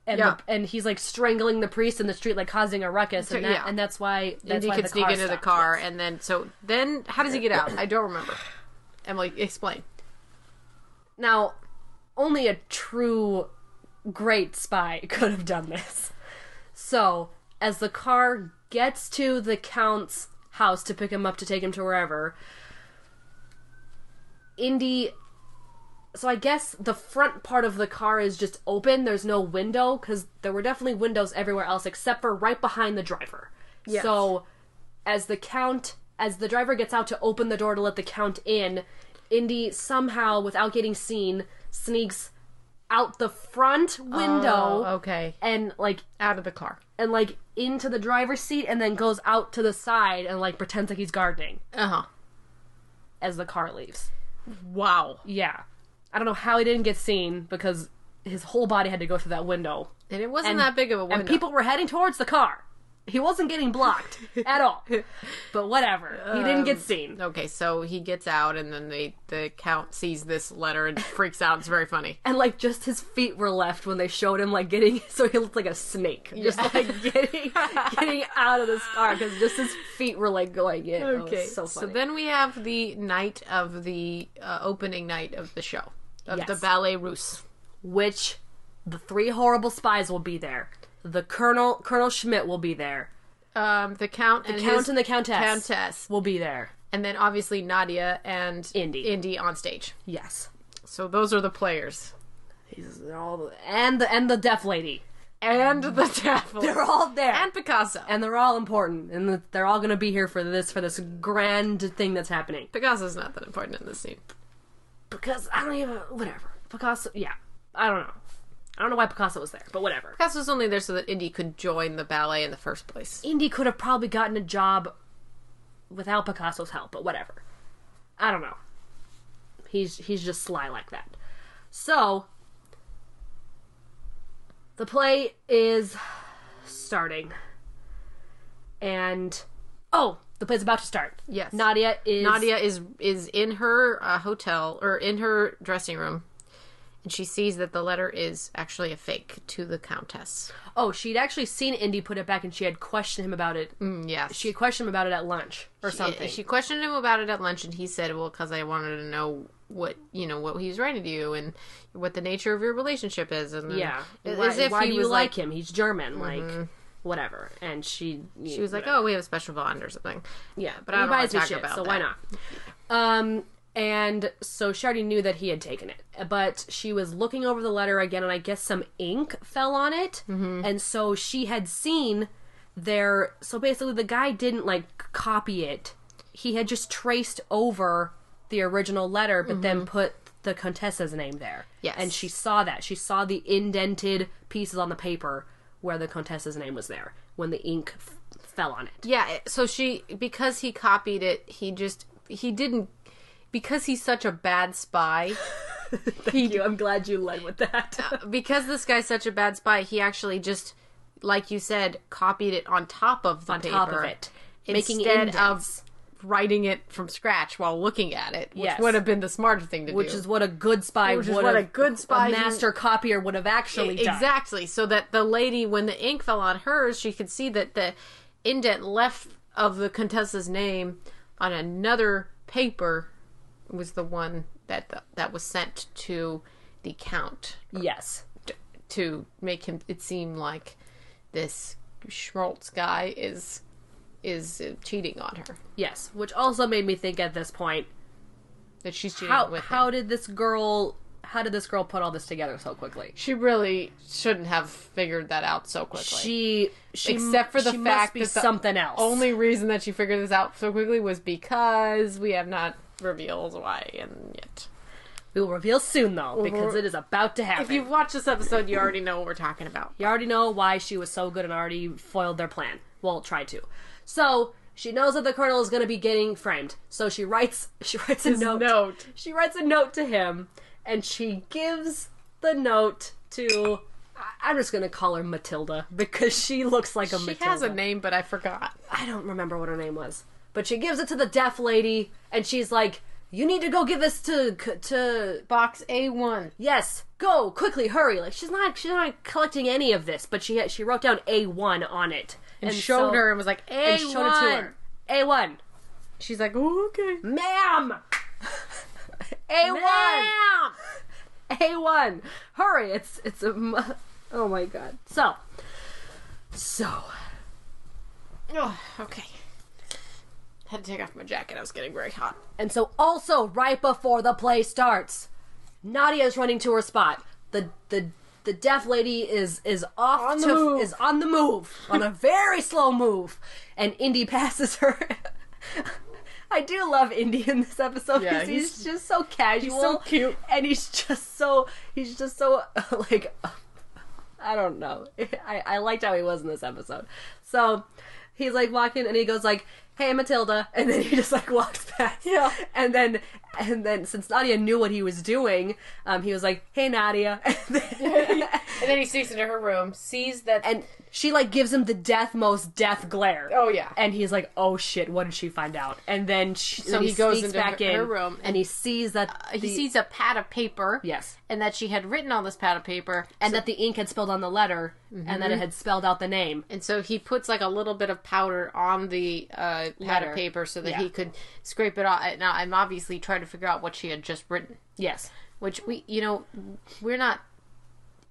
[SPEAKER 2] And,
[SPEAKER 1] Yeah.
[SPEAKER 2] the, and he's like strangling the priest in the street, like causing a ruckus, and that,
[SPEAKER 1] Yeah.
[SPEAKER 2] and that's why that's
[SPEAKER 1] and he
[SPEAKER 2] why
[SPEAKER 1] can
[SPEAKER 2] the
[SPEAKER 1] sneak
[SPEAKER 2] car
[SPEAKER 1] into the
[SPEAKER 2] stopped.
[SPEAKER 1] car and then so then how does he get out i don't remember emily explain
[SPEAKER 2] Now, only a true great spy could have done this. So, as the car gets to the Count's house to pick him up to take him to wherever, Indy. So, I guess the front part of the car is just open. There's no window, because there were definitely windows everywhere else except for right behind the driver.
[SPEAKER 1] Yes.
[SPEAKER 2] So, as the count as the driver gets out to open the door to let the count in indy somehow without getting seen sneaks out the front window
[SPEAKER 1] Oh, okay
[SPEAKER 2] and like
[SPEAKER 1] out of the car
[SPEAKER 2] and like into the driver's seat and then goes out to the side and like pretends like he's gardening
[SPEAKER 1] uh-huh
[SPEAKER 2] as the car leaves
[SPEAKER 1] wow
[SPEAKER 2] yeah i don't know how he didn't get seen because his whole body had to go through that window
[SPEAKER 1] and it wasn't that big of a window
[SPEAKER 2] and people were heading towards the car he wasn't getting blocked at all but whatever he didn't get seen
[SPEAKER 1] Okay, so he gets out, and then they, the count sees this letter and freaks out. It's very funny.
[SPEAKER 2] and like just his feet were left when they showed him like getting so he looked like a snake just like getting getting out of this car because just his feet were like going in okay
[SPEAKER 1] Okay,
[SPEAKER 2] Oh, so funny
[SPEAKER 1] then we have the night of the uh, opening night of the show of the
[SPEAKER 2] Yes.
[SPEAKER 1] Ballet Russe.
[SPEAKER 2] which the three horrible spies will be there. The Colonel Colonel Schmidt will be there.
[SPEAKER 1] Um, the count, the and
[SPEAKER 2] Count
[SPEAKER 1] his-
[SPEAKER 2] and the Countess
[SPEAKER 1] countess,
[SPEAKER 2] will be there.
[SPEAKER 1] and then obviously Nadia and
[SPEAKER 2] Indy.
[SPEAKER 1] Indy on stage.
[SPEAKER 2] Yes.
[SPEAKER 1] So those are the players
[SPEAKER 2] These are all the- and the and the deaf lady.
[SPEAKER 1] and the devil.
[SPEAKER 2] They're all there.
[SPEAKER 1] and Picasso.
[SPEAKER 2] and they're all important and that they're all going to be here for this for this grand thing that's happening
[SPEAKER 1] Picasso's not that important in this scene.
[SPEAKER 2] because i don't even whatever picasso yeah i don't know i don't know why picasso was there but whatever
[SPEAKER 1] Picasso's only there so that Indy could join the ballet in the first place.
[SPEAKER 2] indy could have probably gotten a job without picasso's help but whatever i don't know he's he's just sly like that so the play is starting and oh the play's about to start
[SPEAKER 1] Yes.
[SPEAKER 2] nadia is
[SPEAKER 1] Nadia is is in her uh, hotel or in her dressing room, and she sees that the letter is actually a fake to the countess.
[SPEAKER 2] Oh, she'd actually seen Indy put it back, and she had questioned him about it.
[SPEAKER 1] Yes,
[SPEAKER 2] She had questioned him about it at lunch or something.
[SPEAKER 1] Mm. She questioned him about it at lunch, and he said, "Well, because I wanted to know what you know what he was writing to you and what the nature of your relationship is." And then,
[SPEAKER 2] yeah,
[SPEAKER 1] as
[SPEAKER 2] why,
[SPEAKER 1] if
[SPEAKER 2] why
[SPEAKER 1] he
[SPEAKER 2] do you
[SPEAKER 1] was Mm-hmm.
[SPEAKER 2] like, him? He's German, like whatever. And she,
[SPEAKER 1] She was like, "Oh, we have a special bond or something."
[SPEAKER 2] yeah,
[SPEAKER 1] but I don't
[SPEAKER 2] he
[SPEAKER 1] wanna
[SPEAKER 2] buys me
[SPEAKER 1] talk
[SPEAKER 2] shit,
[SPEAKER 1] about
[SPEAKER 2] so
[SPEAKER 1] that.
[SPEAKER 2] why not? Um, and so she already knew that he had taken it, but she was looking over the letter again, and I guess some ink fell on it, and so she had seen their. So basically, the guy didn't like copy it; he had just traced over the original letter, but then put the Contessa's name there.
[SPEAKER 1] Yes.
[SPEAKER 2] and she saw that. She saw the indented pieces on the paper where the Contessa's name was there when the ink f- fell on it.
[SPEAKER 1] Yeah, eh, so she because he copied it, he just he didn't because he's such a bad spy.
[SPEAKER 2] Thank you. I'm glad you led with that.
[SPEAKER 1] because this guy's such a bad spy, he actually just like you said copied it on top of the
[SPEAKER 2] on
[SPEAKER 1] paper.
[SPEAKER 2] top of it, making
[SPEAKER 1] instead
[SPEAKER 2] indents,
[SPEAKER 1] of writing it from scratch while looking at it, which
[SPEAKER 2] Yes.
[SPEAKER 1] would have been the smarter thing to
[SPEAKER 2] which
[SPEAKER 1] do.
[SPEAKER 2] is what a good spy
[SPEAKER 1] Which
[SPEAKER 2] would
[SPEAKER 1] is what
[SPEAKER 2] have,
[SPEAKER 1] a good spy
[SPEAKER 2] a
[SPEAKER 1] who-
[SPEAKER 2] master copier would have actually done.
[SPEAKER 1] E, exactly so that the lady, when the ink fell on hers, she could see that the indent left of the Contessa's name on another paper was the one that that was sent to the count
[SPEAKER 2] Yes,
[SPEAKER 1] to make him it seem like this Schmaltz guy is is cheating on her.
[SPEAKER 2] yes. Which also made me think at this point,
[SPEAKER 1] That she's cheating
[SPEAKER 2] how
[SPEAKER 1] with
[SPEAKER 2] how
[SPEAKER 1] him.
[SPEAKER 2] did this girl? How did this girl put all this together so quickly?
[SPEAKER 1] She really shouldn't have figured that out so quickly.
[SPEAKER 2] She, she
[SPEAKER 1] except for the
[SPEAKER 2] she must
[SPEAKER 1] fact
[SPEAKER 2] be
[SPEAKER 1] that the
[SPEAKER 2] something else.
[SPEAKER 1] Only reason that she figured this out so quickly was because we have not revealed why and yet.
[SPEAKER 2] we will reveal soon though, because it is about to happen.
[SPEAKER 1] If you've watched this episode, you already know what we're talking about.
[SPEAKER 2] You already know why she was so good and already foiled their plan. Well, tried to. So she knows that the colonel is going to be getting framed. So she writes she writes a note.
[SPEAKER 1] note.
[SPEAKER 2] She writes a note to him, and she gives the note to. I- I'm just going to call her Matilda because she looks like a
[SPEAKER 1] She
[SPEAKER 2] Matilda.
[SPEAKER 1] has a name, but I forgot.
[SPEAKER 2] I don't remember what her name was, but she gives it to the deaf lady, and she's like, "You need to go give this to to
[SPEAKER 1] Box A1.
[SPEAKER 2] Yes, go quickly, hurry! Like she's not she's not collecting any of this, but she she wrote down A one on it
[SPEAKER 1] And, showed
[SPEAKER 2] so-
[SPEAKER 1] her and was like, A1.
[SPEAKER 2] and showed it to her. A one,
[SPEAKER 1] She's like, oh, okay.
[SPEAKER 2] ma'am. A one,
[SPEAKER 1] Ma'am!
[SPEAKER 2] A one, hurry! It's it's a mu- oh my god. So so
[SPEAKER 1] Oh, okay. Had to take off my jacket. I was getting very hot.
[SPEAKER 2] and so also right before the play starts, Nadia's running to her spot. The the the deaf lady is is off
[SPEAKER 1] On the
[SPEAKER 2] to
[SPEAKER 1] move.
[SPEAKER 2] is on the move on a very slow move, and Indy passes her. I do love Indy in this episode
[SPEAKER 1] Yeah,
[SPEAKER 2] because he's, just so casual,
[SPEAKER 1] so cute.
[SPEAKER 2] and he's just so he's just so like I don't know. I, I liked how he was in this episode. So he's like walking and he goes like, Hey Matilda and then he just like walks past.
[SPEAKER 1] Yeah.
[SPEAKER 2] And then and then since Nadia knew what he was doing, um, he was like, Hey Nadia and, then,
[SPEAKER 1] And then he sneaks into her room, sees that.
[SPEAKER 2] and she like gives him the death most death glare.
[SPEAKER 1] Oh, yeah.
[SPEAKER 2] And he's like, Oh shit, what did she find out? And then she,
[SPEAKER 1] So
[SPEAKER 2] then
[SPEAKER 1] he goes
[SPEAKER 2] sneaks
[SPEAKER 1] into
[SPEAKER 2] back
[SPEAKER 1] her-
[SPEAKER 2] in
[SPEAKER 1] her room
[SPEAKER 2] and,
[SPEAKER 1] and-
[SPEAKER 2] he sees that
[SPEAKER 1] he
[SPEAKER 2] the-
[SPEAKER 1] sees a pad of paper.
[SPEAKER 2] Yes.
[SPEAKER 1] And that she had written on this pad of paper.
[SPEAKER 2] and that the ink had spilled on the letter and
[SPEAKER 1] Mm-hmm.
[SPEAKER 2] that it had spelled out the name.
[SPEAKER 1] And so he puts like a little bit of powder on the uh, pad
[SPEAKER 2] Letter.
[SPEAKER 1] of paper so that
[SPEAKER 2] Yeah.
[SPEAKER 1] he could scrape it off. Now, I'm obviously trying to figure out what she had just written,
[SPEAKER 2] Yes.
[SPEAKER 1] which we, you know, we're not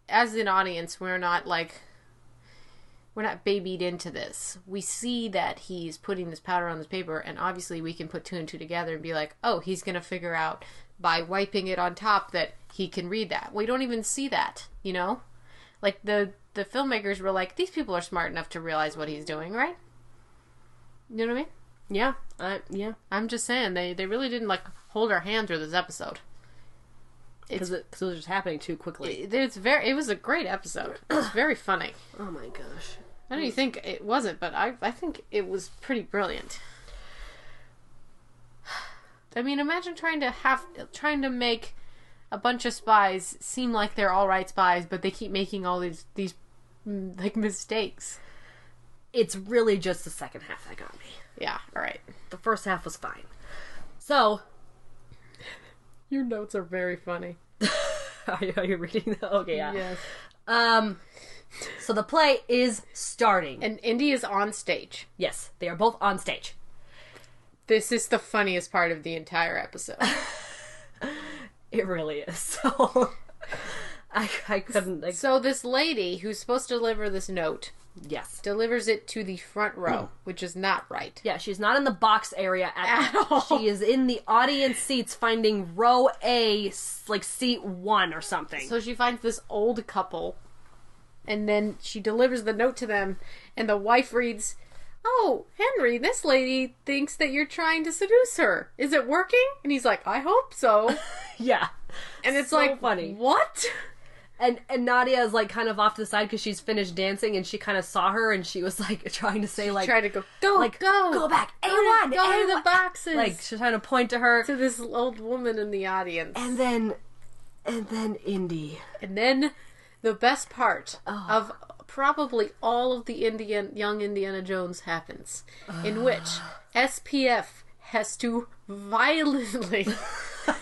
[SPEAKER 1] as an audience, we're not like we're not babied into this. We see that he's putting this powder on this paper, and obviously we can put two and two together and be like, oh, he's going to figure out by wiping it on top that he can read that. We don't even see that, you know? Like the the filmmakers were like, these people are smart enough to realize what he's doing, right? You know what I mean?
[SPEAKER 2] Yeah, I, yeah,
[SPEAKER 1] I'm just saying they they really didn't like hold our hand through this episode.
[SPEAKER 2] because it, 'cause it was just happening too quickly.
[SPEAKER 1] It- It's very it was a great episode. It was very funny.
[SPEAKER 2] Oh my gosh.
[SPEAKER 1] I don't even think it wasn't, but I I think it was pretty brilliant. I mean, imagine trying to have trying to make a bunch of spies seem like they're all right spies, but they keep making all these these mm, like mistakes.
[SPEAKER 2] It's really just the second half that got me.
[SPEAKER 1] Yeah, all right.
[SPEAKER 2] The first half was fine. So,
[SPEAKER 1] Your notes are very funny.
[SPEAKER 2] are you, are you reading that? Okay, yeah.
[SPEAKER 1] Yes.
[SPEAKER 2] Um, so the play is starting.
[SPEAKER 1] And Indy is on stage.
[SPEAKER 2] yes, they are both on stage.
[SPEAKER 1] This is the funniest part of the entire episode.
[SPEAKER 2] It really is. So, I, I couldn't. Like,
[SPEAKER 1] so this lady who's supposed to deliver this note
[SPEAKER 2] yes.
[SPEAKER 1] delivers it to the front
[SPEAKER 2] Hmm.
[SPEAKER 1] row, which is not right.
[SPEAKER 2] Yeah, she's not in the box area at,
[SPEAKER 1] At all.
[SPEAKER 2] She is in the audience seats, finding row A, s- like seat one or something.
[SPEAKER 1] So she finds this old couple, and then she delivers the note to them, and the wife reads, Oh, Henry, this lady thinks that you're trying to seduce her. Is it working? And he's like, I hope so.
[SPEAKER 2] yeah,
[SPEAKER 1] And it's
[SPEAKER 2] So
[SPEAKER 1] like,
[SPEAKER 2] funny.
[SPEAKER 1] What?
[SPEAKER 2] and and Nadia is like kind of off to the side because she's finished dancing, and she kind of saw her, and she was like trying to say like
[SPEAKER 1] Try to go, go,
[SPEAKER 2] like
[SPEAKER 1] go,
[SPEAKER 2] go back
[SPEAKER 1] go,
[SPEAKER 2] a
[SPEAKER 1] to-
[SPEAKER 2] one,
[SPEAKER 1] go to the boxes.
[SPEAKER 2] Like she's trying to point to her,
[SPEAKER 1] to this old woman in the audience.
[SPEAKER 2] and then and then Indy.
[SPEAKER 1] And then the best part of probably all of the Indian young Indiana Jones happens, in which SPF has to violently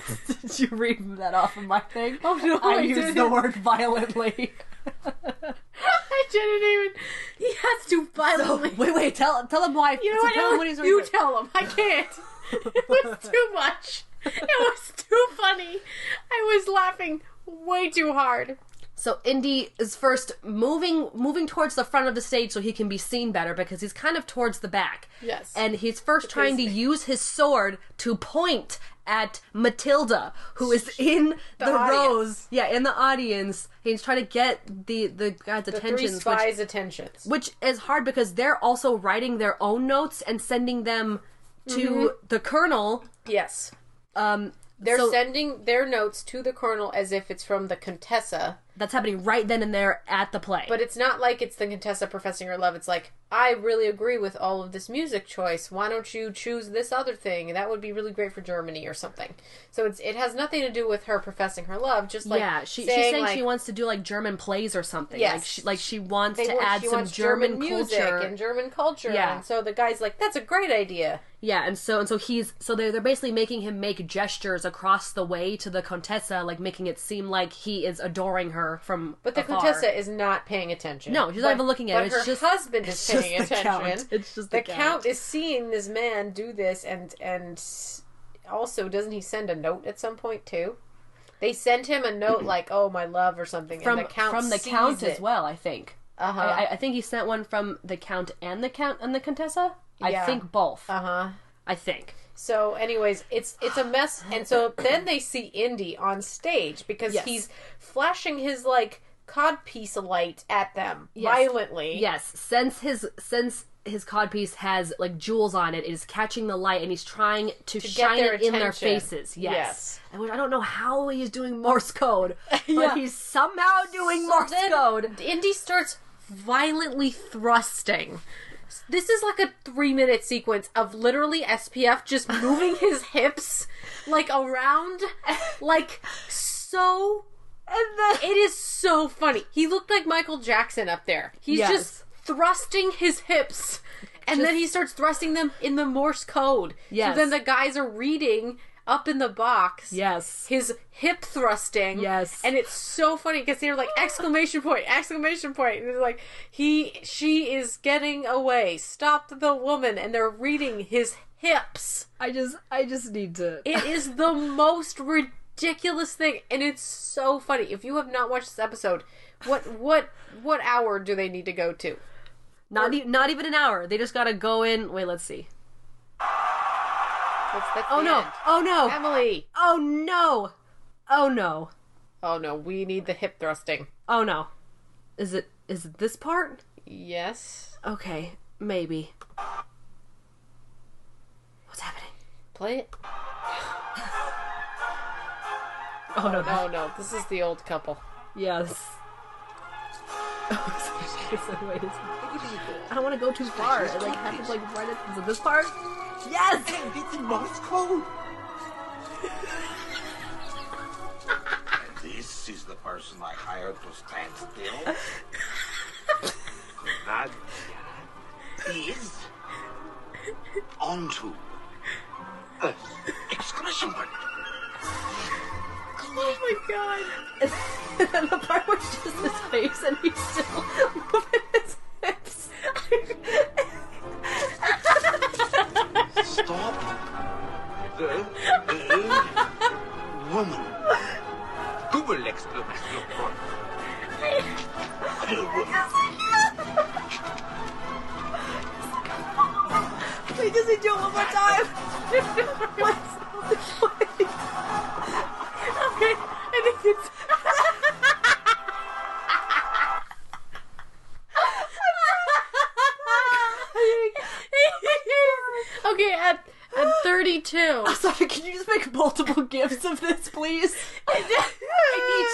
[SPEAKER 2] Did you read that off of my thing? Oh
[SPEAKER 1] no, I
[SPEAKER 2] used the
[SPEAKER 1] didn't.
[SPEAKER 2] word violently.
[SPEAKER 1] I didn't even he has to violently
[SPEAKER 2] wait, wait, tell tell him why.
[SPEAKER 1] You know
[SPEAKER 2] so
[SPEAKER 1] what?
[SPEAKER 2] Tell
[SPEAKER 1] It
[SPEAKER 2] him
[SPEAKER 1] was-
[SPEAKER 2] he's
[SPEAKER 1] you
[SPEAKER 2] reading.
[SPEAKER 1] tell him. I can't. It was too much. It was too funny. I was laughing way too hard.
[SPEAKER 2] So Indy is first moving moving towards the front of the stage so he can be seen better because he's kind of towards the back.
[SPEAKER 1] Yes.
[SPEAKER 2] And he's first trying to use his sword to point at Matilda, who is in the,
[SPEAKER 1] audience.
[SPEAKER 2] rows. Yeah, in the audience. He's trying to get the the guy's
[SPEAKER 1] Three
[SPEAKER 2] attention, which,
[SPEAKER 1] spies' attentions.
[SPEAKER 2] which is hard because they're also writing their own notes and sending them to the colonel.
[SPEAKER 1] Yes.
[SPEAKER 2] Um,
[SPEAKER 1] Mm-hmm. They're
[SPEAKER 2] so
[SPEAKER 1] sending their notes to the colonel as if it's from the Contessa,
[SPEAKER 2] that's happening right then and there at the play.
[SPEAKER 1] but it's not like it's the Contessa professing her love. It's like, I really agree with all of this music choice. Why don't you choose this other thing? That would be really great for Germany or something. So it's it has nothing to do with her professing her love, just like
[SPEAKER 2] yeah, she,
[SPEAKER 1] saying,
[SPEAKER 2] she's saying
[SPEAKER 1] like,
[SPEAKER 2] she wants to do like German plays or something.
[SPEAKER 1] Yes.
[SPEAKER 2] Like she, like she wants
[SPEAKER 1] they
[SPEAKER 2] to
[SPEAKER 1] want-
[SPEAKER 2] add
[SPEAKER 1] she
[SPEAKER 2] some
[SPEAKER 1] wants
[SPEAKER 2] German,
[SPEAKER 1] music
[SPEAKER 2] culture.
[SPEAKER 1] and German culture.
[SPEAKER 2] Yeah.
[SPEAKER 1] And so the guy's like, That's a great idea.
[SPEAKER 2] yeah, and so and so he's so they're they're basically making him make gestures across the way to the Contessa, like making it seem like he is adoring her from.
[SPEAKER 1] But the
[SPEAKER 2] afar.
[SPEAKER 1] Contessa is not paying attention.
[SPEAKER 2] No, she's not
[SPEAKER 1] But-
[SPEAKER 2] even looking at
[SPEAKER 1] but
[SPEAKER 2] it. It's
[SPEAKER 1] her
[SPEAKER 2] just-
[SPEAKER 1] husband is
[SPEAKER 2] it's
[SPEAKER 1] paying
[SPEAKER 2] just the
[SPEAKER 1] attention.
[SPEAKER 2] count. It's just the
[SPEAKER 1] count.
[SPEAKER 2] count.
[SPEAKER 1] is seeing this man do this, and and also doesn't he send a note at some point too? They send him a note like "Oh my love" or something,
[SPEAKER 2] from
[SPEAKER 1] and the count
[SPEAKER 2] from the
[SPEAKER 1] sees
[SPEAKER 2] count
[SPEAKER 1] it.
[SPEAKER 2] as well. I think.
[SPEAKER 1] Uh-huh.
[SPEAKER 2] I, I- I think he sent one from the count and the count and the Contessa. I
[SPEAKER 1] Yeah.
[SPEAKER 2] think both.
[SPEAKER 1] Uh huh.
[SPEAKER 2] I think.
[SPEAKER 1] So, anyways, it's it's a mess, and so then they see Indy on stage because
[SPEAKER 2] Yes.
[SPEAKER 1] he's flashing his like codpiece light at them violently.
[SPEAKER 2] Yes, since his since his codpiece has like jewels on it, it is catching the light and he's trying to, shine
[SPEAKER 1] their
[SPEAKER 2] it in their
[SPEAKER 1] attention.
[SPEAKER 2] faces. Yes.
[SPEAKER 1] Yes.
[SPEAKER 2] I wish- I don't know how he's doing Morse code, but
[SPEAKER 1] Yeah.
[SPEAKER 2] he's somehow doing
[SPEAKER 1] So
[SPEAKER 2] Morse
[SPEAKER 1] then
[SPEAKER 2] code.
[SPEAKER 1] Indy starts violently thrusting. This is like a three minute sequence of literally SPF just moving his hips like around, like so.
[SPEAKER 2] And then
[SPEAKER 1] It is so funny. He looked like Michael Jackson up there. He's
[SPEAKER 2] Yes.
[SPEAKER 1] just thrusting his hips, and then
[SPEAKER 2] Just-
[SPEAKER 1] he starts thrusting them in the Morse code.
[SPEAKER 2] Yes.
[SPEAKER 1] So then the guys are reading up in the box
[SPEAKER 2] Yes.
[SPEAKER 1] his hip thrusting.
[SPEAKER 2] Yes.
[SPEAKER 1] And it's so funny because they're like exclamation point, exclamation point, and it's like he, she is getting away. Stop the woman, and they're reading his hips.
[SPEAKER 2] I just I just need to
[SPEAKER 1] It is the most ridiculous thing, and it's so funny. If you have not watched this episode, what what what hour do they need to go to?
[SPEAKER 2] Not e- not even an hour. They just gotta go in. Wait, let's see.
[SPEAKER 1] That's, that's
[SPEAKER 2] Oh
[SPEAKER 1] the
[SPEAKER 2] no!
[SPEAKER 1] end.
[SPEAKER 2] Oh no!
[SPEAKER 1] Emily.
[SPEAKER 2] Oh no! Oh no!
[SPEAKER 1] Oh no, we need the hip thrusting.
[SPEAKER 2] Oh no! Is it is it this part?
[SPEAKER 1] Yes,
[SPEAKER 2] Okay, maybe. What's happening?
[SPEAKER 1] play it.
[SPEAKER 2] Oh no!
[SPEAKER 1] Oh no, this is the old couple.
[SPEAKER 2] Yes. Wait a second. I don't want to go too far. It like happens like right at is it this part. Yes.
[SPEAKER 4] It's in Morse code.
[SPEAKER 3] This is the person I hired to stand still. that is onto the excretion point.
[SPEAKER 2] and Oh, the part where it's just his face and he's still moving his hips.
[SPEAKER 3] Stop the woman. Google exclamation point.
[SPEAKER 2] Wait, does he do it one more time? What? Wait. Okay, I think it's.
[SPEAKER 1] Okay, at at 32.
[SPEAKER 2] Sorry, can you just make multiple gifts of this, please? I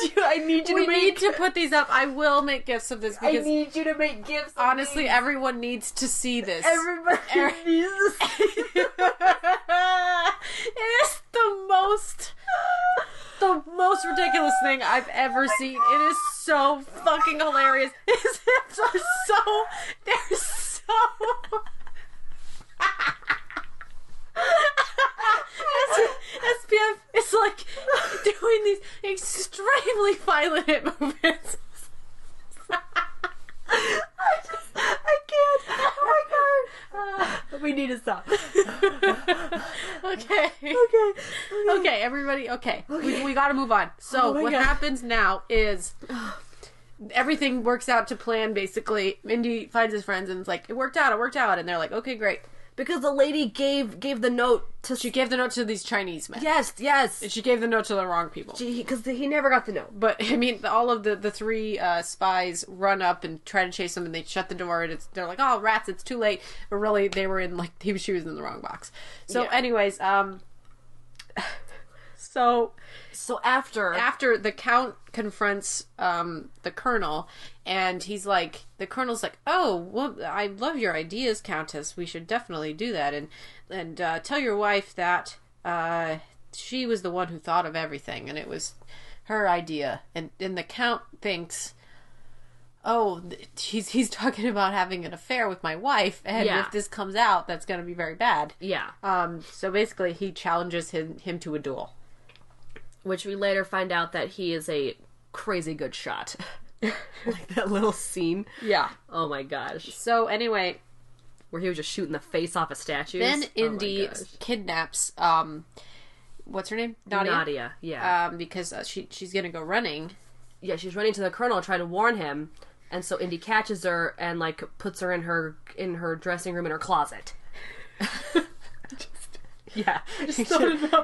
[SPEAKER 2] need you. I need you
[SPEAKER 1] We
[SPEAKER 2] to make.
[SPEAKER 1] need to put these up. I will make gifts of this
[SPEAKER 2] I
[SPEAKER 1] because
[SPEAKER 2] need you to make gifts. of
[SPEAKER 1] honestly,
[SPEAKER 2] these.
[SPEAKER 1] everyone needs to see this.
[SPEAKER 2] everybody needs to see
[SPEAKER 1] it is the most the most ridiculous thing I've ever seen. It is so fucking hilarious. His hips are so they're so S- SPF is like doing these extremely violent hip movements.
[SPEAKER 2] I just, I can't. Oh my god. we need to stop.
[SPEAKER 1] Okay.
[SPEAKER 2] Okay.
[SPEAKER 1] okay, everybody. Okay, We, we got to move on. So
[SPEAKER 2] Oh my
[SPEAKER 1] what
[SPEAKER 2] God.
[SPEAKER 1] happens now is everything works out to plan. Basically, Mindy finds his friends and it's like, "It worked out. It worked out." And they're like, "Okay, great."
[SPEAKER 2] Because the lady gave gave the note to.
[SPEAKER 1] She gave the note to these Chinese men.
[SPEAKER 2] yes, yes.
[SPEAKER 1] she gave the note to the wrong people.
[SPEAKER 2] Because he never got the note.
[SPEAKER 1] but I mean, the, all of the the three uh, spies run up and try to chase them, and they shut the door. And it's they're like, "Oh, rats! It's too late." But really, they were in like he was, she was in the wrong box. So, anyways, um, so
[SPEAKER 2] So after.
[SPEAKER 1] after the count confronts um, the colonel and he's like the colonel's like oh well i love your ideas countess we should definitely do that and and uh, tell your wife that uh, she was the one who thought of everything and it was her idea and then the count thinks oh th- he's he's talking about having an affair with my wife and
[SPEAKER 2] Yeah.
[SPEAKER 1] if this comes out that's going to be very bad
[SPEAKER 2] yeah.
[SPEAKER 1] um so basically he challenges him him to a duel
[SPEAKER 2] Which we later find out that he is a crazy good shot. like that little scene.
[SPEAKER 1] yeah
[SPEAKER 2] Oh my gosh.
[SPEAKER 1] so anyway
[SPEAKER 2] Where he was just shooting the face off of statues.
[SPEAKER 1] Then
[SPEAKER 2] Oh my
[SPEAKER 1] Indy
[SPEAKER 2] gosh.
[SPEAKER 1] kidnaps um, what's her name? Nadia.
[SPEAKER 2] Nadia. Yeah.
[SPEAKER 1] Um, because uh, she she's gonna go running.
[SPEAKER 2] yeah, she's running to the colonel trying to warn him, and so Indy catches her and like puts her in her in her dressing room in her closet. yeah, he, just,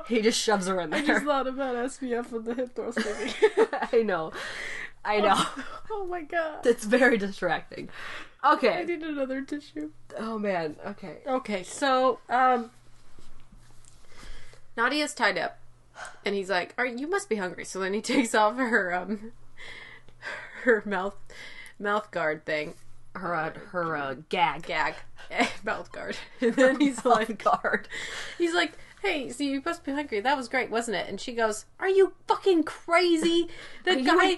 [SPEAKER 2] he just shoves her in there. I,
[SPEAKER 1] thought about SPF with the hip thrust.
[SPEAKER 2] know, I know.
[SPEAKER 1] oh my god!
[SPEAKER 2] it's very distracting. Okay.
[SPEAKER 1] need another tissue.
[SPEAKER 2] Oh man. Okay.
[SPEAKER 1] Okay, so um, Nadia's tied up, and he's like, "All right, you must be hungry." So then he takes off her um, her mouth mouth guard thing,
[SPEAKER 2] Her uh, her uh, gag
[SPEAKER 1] gag, mouth guard, and then he's like,
[SPEAKER 2] guard.
[SPEAKER 1] He's like, "Hey, so you must be hungry. That was great, wasn't it?" And she goes, "Are you fucking crazy? The
[SPEAKER 2] you
[SPEAKER 1] guy,
[SPEAKER 2] an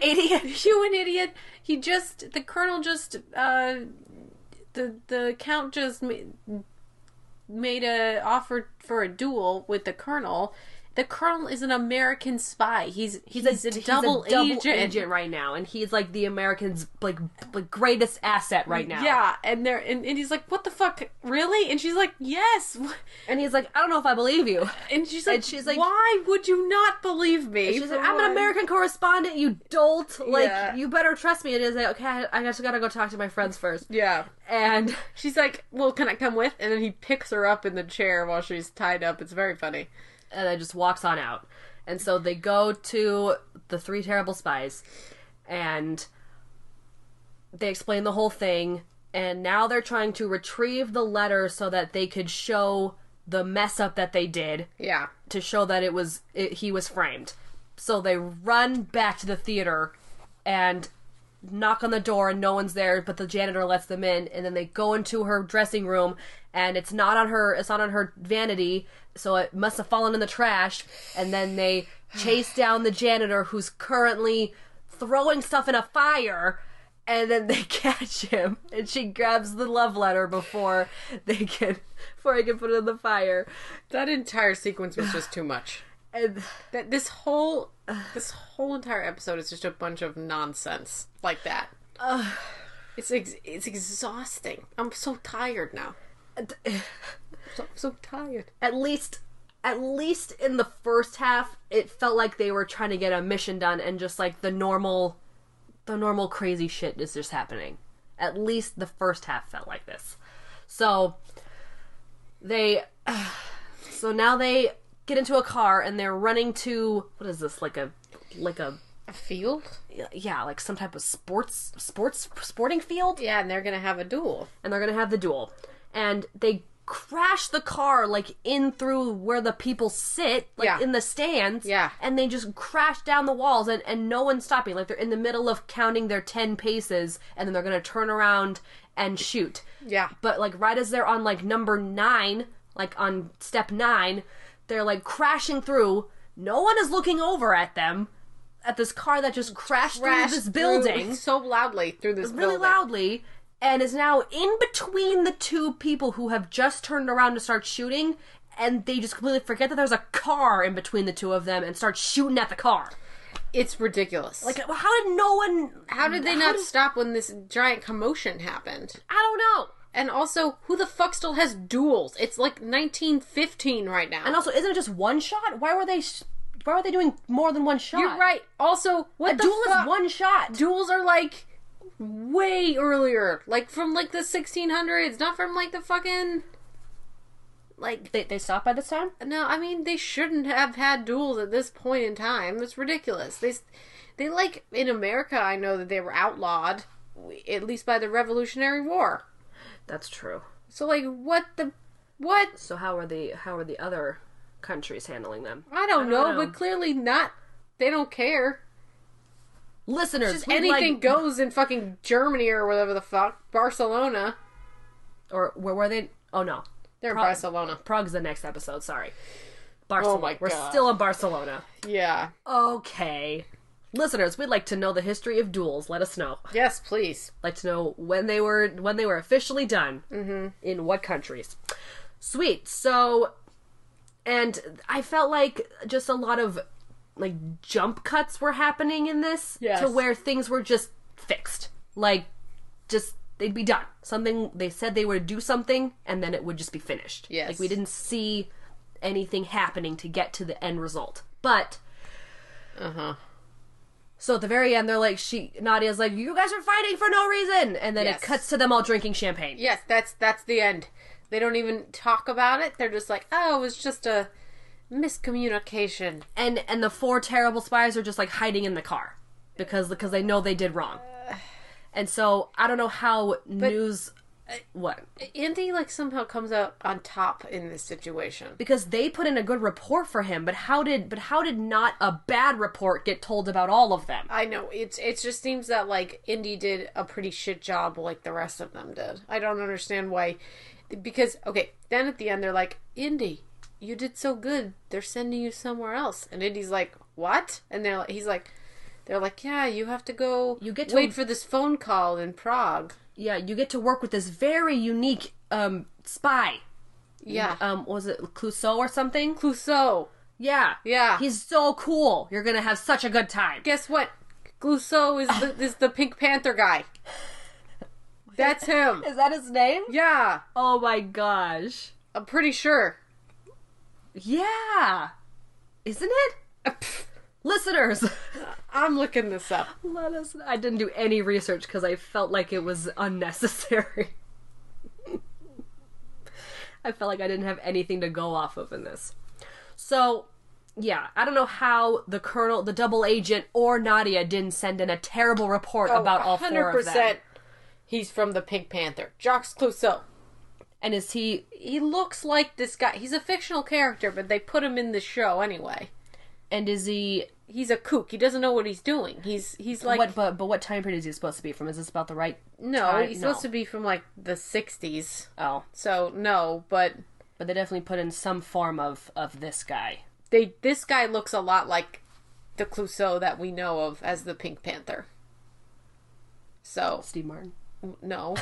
[SPEAKER 2] idiot?"
[SPEAKER 1] you an idiot. He just the colonel just uh, the the count just ma- made a offer for a duel with the colonel." The colonel is an American spy. He's he's, a,
[SPEAKER 2] he's
[SPEAKER 1] double agent.
[SPEAKER 2] right now, and he's like the Americans' like, like greatest asset right now.
[SPEAKER 1] Yeah, and they're and, and he's like, "What the fuck, really?" And she's like, "Yes."
[SPEAKER 2] and he's like, I don't know if I believe you.
[SPEAKER 1] And she's like,
[SPEAKER 2] And she's like-
[SPEAKER 1] "Why would you not believe me?"
[SPEAKER 2] She's
[SPEAKER 1] for
[SPEAKER 2] like, I'm
[SPEAKER 1] one?"
[SPEAKER 2] an American correspondent, you dolt. Like,
[SPEAKER 1] Yeah.
[SPEAKER 2] you better trust me. And he's like, okay, I I just gotta go talk to my friends first.
[SPEAKER 1] Yeah.
[SPEAKER 2] And
[SPEAKER 1] She's like, "Well, can I come with?" And then he picks her up in the chair while she's tied up. It's very funny.
[SPEAKER 2] and then just walks on out. And so they go to the three terrible spies, and they explain the whole thing. And now they're trying to retrieve the letter so that they could show the mess up that they did
[SPEAKER 1] Yeah.
[SPEAKER 2] to show that it was it, he was framed. So they run back to the theater and knock on the door and no one's there but the janitor lets them in and then they go into her dressing room and it's not on her it's not on her vanity so it must have fallen in the trash and then they chase down the janitor who's currently throwing stuff in a fire and then they catch him and she grabs the love letter before they can before he can put it in the fire
[SPEAKER 1] That entire sequence was just too much.
[SPEAKER 2] and
[SPEAKER 1] That this whole this whole entire episode is just a bunch of nonsense like that. It's ex- it's exhausting. I'm so tired now. So, so tired.
[SPEAKER 2] at least at least in the first half it felt like they were trying to get a mission done and just like the normal the normal crazy shit is just happening at least the first half felt like this so they so now they get into a car and they're running to what is this like a like a
[SPEAKER 1] A field?
[SPEAKER 2] yeah like some type of sports sports sporting field
[SPEAKER 1] Yeah, and they're gonna have a duel.
[SPEAKER 2] and they're gonna have the duel. And they crash the car like in through where the people sit, like
[SPEAKER 1] Yeah.
[SPEAKER 2] in the stands.
[SPEAKER 1] Yeah.
[SPEAKER 2] And they just crash down the walls and, and no one's stopping. Like they're in the middle of counting their ten paces and then they're gonna turn around and shoot.
[SPEAKER 1] Yeah.
[SPEAKER 2] But like right as they're on like number nine, like on step nine, they're like crashing through. No one is looking over at them. At this car that just crashed,
[SPEAKER 1] Crashed
[SPEAKER 2] through this building
[SPEAKER 1] through- so loudly through this
[SPEAKER 2] really
[SPEAKER 1] building.
[SPEAKER 2] loudly and is now in between the two people who have just turned around to start shooting and they just completely forget that there's a car in between the two of them and start shooting at the car.
[SPEAKER 1] It's ridiculous.
[SPEAKER 2] Like how did no one
[SPEAKER 1] how did they not stop when this giant commotion happened?
[SPEAKER 2] I don't know.
[SPEAKER 1] And also, who the fuck still has duels? It's like 1915 right now.
[SPEAKER 2] And also isn't it just one shot? Why were they sh- why were they doing more than one shot?
[SPEAKER 1] You're right. Also, what
[SPEAKER 2] A
[SPEAKER 1] the
[SPEAKER 2] duel
[SPEAKER 1] fuck?
[SPEAKER 2] is one shot.
[SPEAKER 1] Duels are like way earlier, like from like the 1600s, not from like the fucking like.
[SPEAKER 2] they they stopped by this time?
[SPEAKER 1] No, I mean they shouldn't have had duels at this point in time. That's ridiculous. They, s- they like in America. I know that they were outlawed, w- at least by the Revolutionary War.
[SPEAKER 2] That's true.
[SPEAKER 1] So like, what the, what?
[SPEAKER 2] So how are the how are the other countries handling them?
[SPEAKER 1] I don't, know,
[SPEAKER 2] know.
[SPEAKER 1] but clearly not. They don't care.
[SPEAKER 2] Listeners,
[SPEAKER 1] Just
[SPEAKER 2] we'd
[SPEAKER 1] anything
[SPEAKER 2] like-
[SPEAKER 1] goes in fucking Germany or whatever the fuck. Barcelona.
[SPEAKER 2] or where were they? Oh no.
[SPEAKER 1] They're in
[SPEAKER 2] Pro-
[SPEAKER 1] Barcelona.
[SPEAKER 2] Prague's the next episode. Sorry. Barcelona.
[SPEAKER 1] Oh my
[SPEAKER 2] We're
[SPEAKER 1] God.
[SPEAKER 2] still in Barcelona.
[SPEAKER 1] Yeah.
[SPEAKER 2] Okay. Listeners, we'd like to know the history of duels. Let us know.
[SPEAKER 1] Yes, please.
[SPEAKER 2] Like to know when they were when they were officially done. Mm-hmm. In what countries? Sweet. So, and I felt like just a lot of like jump cuts were happening in this
[SPEAKER 1] Yes.
[SPEAKER 2] to where things were just fixed. Like, just they'd be done. Something they said they would do something, and then it would just be finished.
[SPEAKER 1] Yes.
[SPEAKER 2] Like we didn't see anything happening to get to the end result. But so at the very end, they're like, she Nadia's like, you guys are fighting for no reason, and then
[SPEAKER 1] Yes.
[SPEAKER 2] it cuts to them all drinking champagne.
[SPEAKER 1] Yes, that's that's the end. They don't even talk about it. They're just like, oh, it was just a miscommunication.
[SPEAKER 2] And and the four terrible spies are just like hiding in the car because because they know they did wrong. And so I don't know how news what
[SPEAKER 1] Andy like somehow comes out on top in this situation.
[SPEAKER 2] because they put in a good report for him, but how did but how did not a bad report get told about all of them?
[SPEAKER 1] I know it's it just seems that like Indy did a pretty shit job like the rest of them did. I don't understand why because okay, then at the end they're like, "Indy, you did so good. They're sending you somewhere else." And Indy's like, "What?" And they're he's like they're like, "Yeah, you have to go
[SPEAKER 2] You get to-
[SPEAKER 1] wait for this phone call in Prague."
[SPEAKER 2] Yeah, you get to work with this very unique um spy.
[SPEAKER 1] Yeah.
[SPEAKER 2] Um was it Clouseau or something?
[SPEAKER 1] Clouseau.
[SPEAKER 2] Yeah.
[SPEAKER 1] Yeah.
[SPEAKER 2] He's so cool. You're going to have such a good time.
[SPEAKER 1] Guess what? Glusso is the, is the Pink Panther guy. That's him.
[SPEAKER 2] Is that his name?
[SPEAKER 1] Yeah,
[SPEAKER 2] Oh my gosh.
[SPEAKER 1] I'm pretty sure.
[SPEAKER 2] Yeah. Isn't it? Uh, Listeners,
[SPEAKER 1] I'm looking this up.
[SPEAKER 2] let us. I didn't do any research because I felt like it was unnecessary. I felt like I didn't have anything to go off of in this. So, yeah, I don't know how the colonel, the double agent, or Nadia didn't send in a terrible report about all four of them.
[SPEAKER 1] Oh, He's from the Pink Panther. Jacques Clouseau.
[SPEAKER 2] And is he?
[SPEAKER 1] He looks like this guy. He's a fictional character, but they put him in the show anyway.
[SPEAKER 2] And is he?
[SPEAKER 1] He's a kook. He doesn't know what he's doing. He's he's like
[SPEAKER 2] what? But but what time period is he supposed to be from? Is this about the right?
[SPEAKER 1] no,
[SPEAKER 2] time?
[SPEAKER 1] he's supposed to be from like the 60s.
[SPEAKER 2] Oh,
[SPEAKER 1] So no, but
[SPEAKER 2] but they definitely put in some form of of this guy.
[SPEAKER 1] they this guy looks a lot like the Clouseau that we know of as the Pink Panther. So
[SPEAKER 2] Steve Martin.
[SPEAKER 1] no,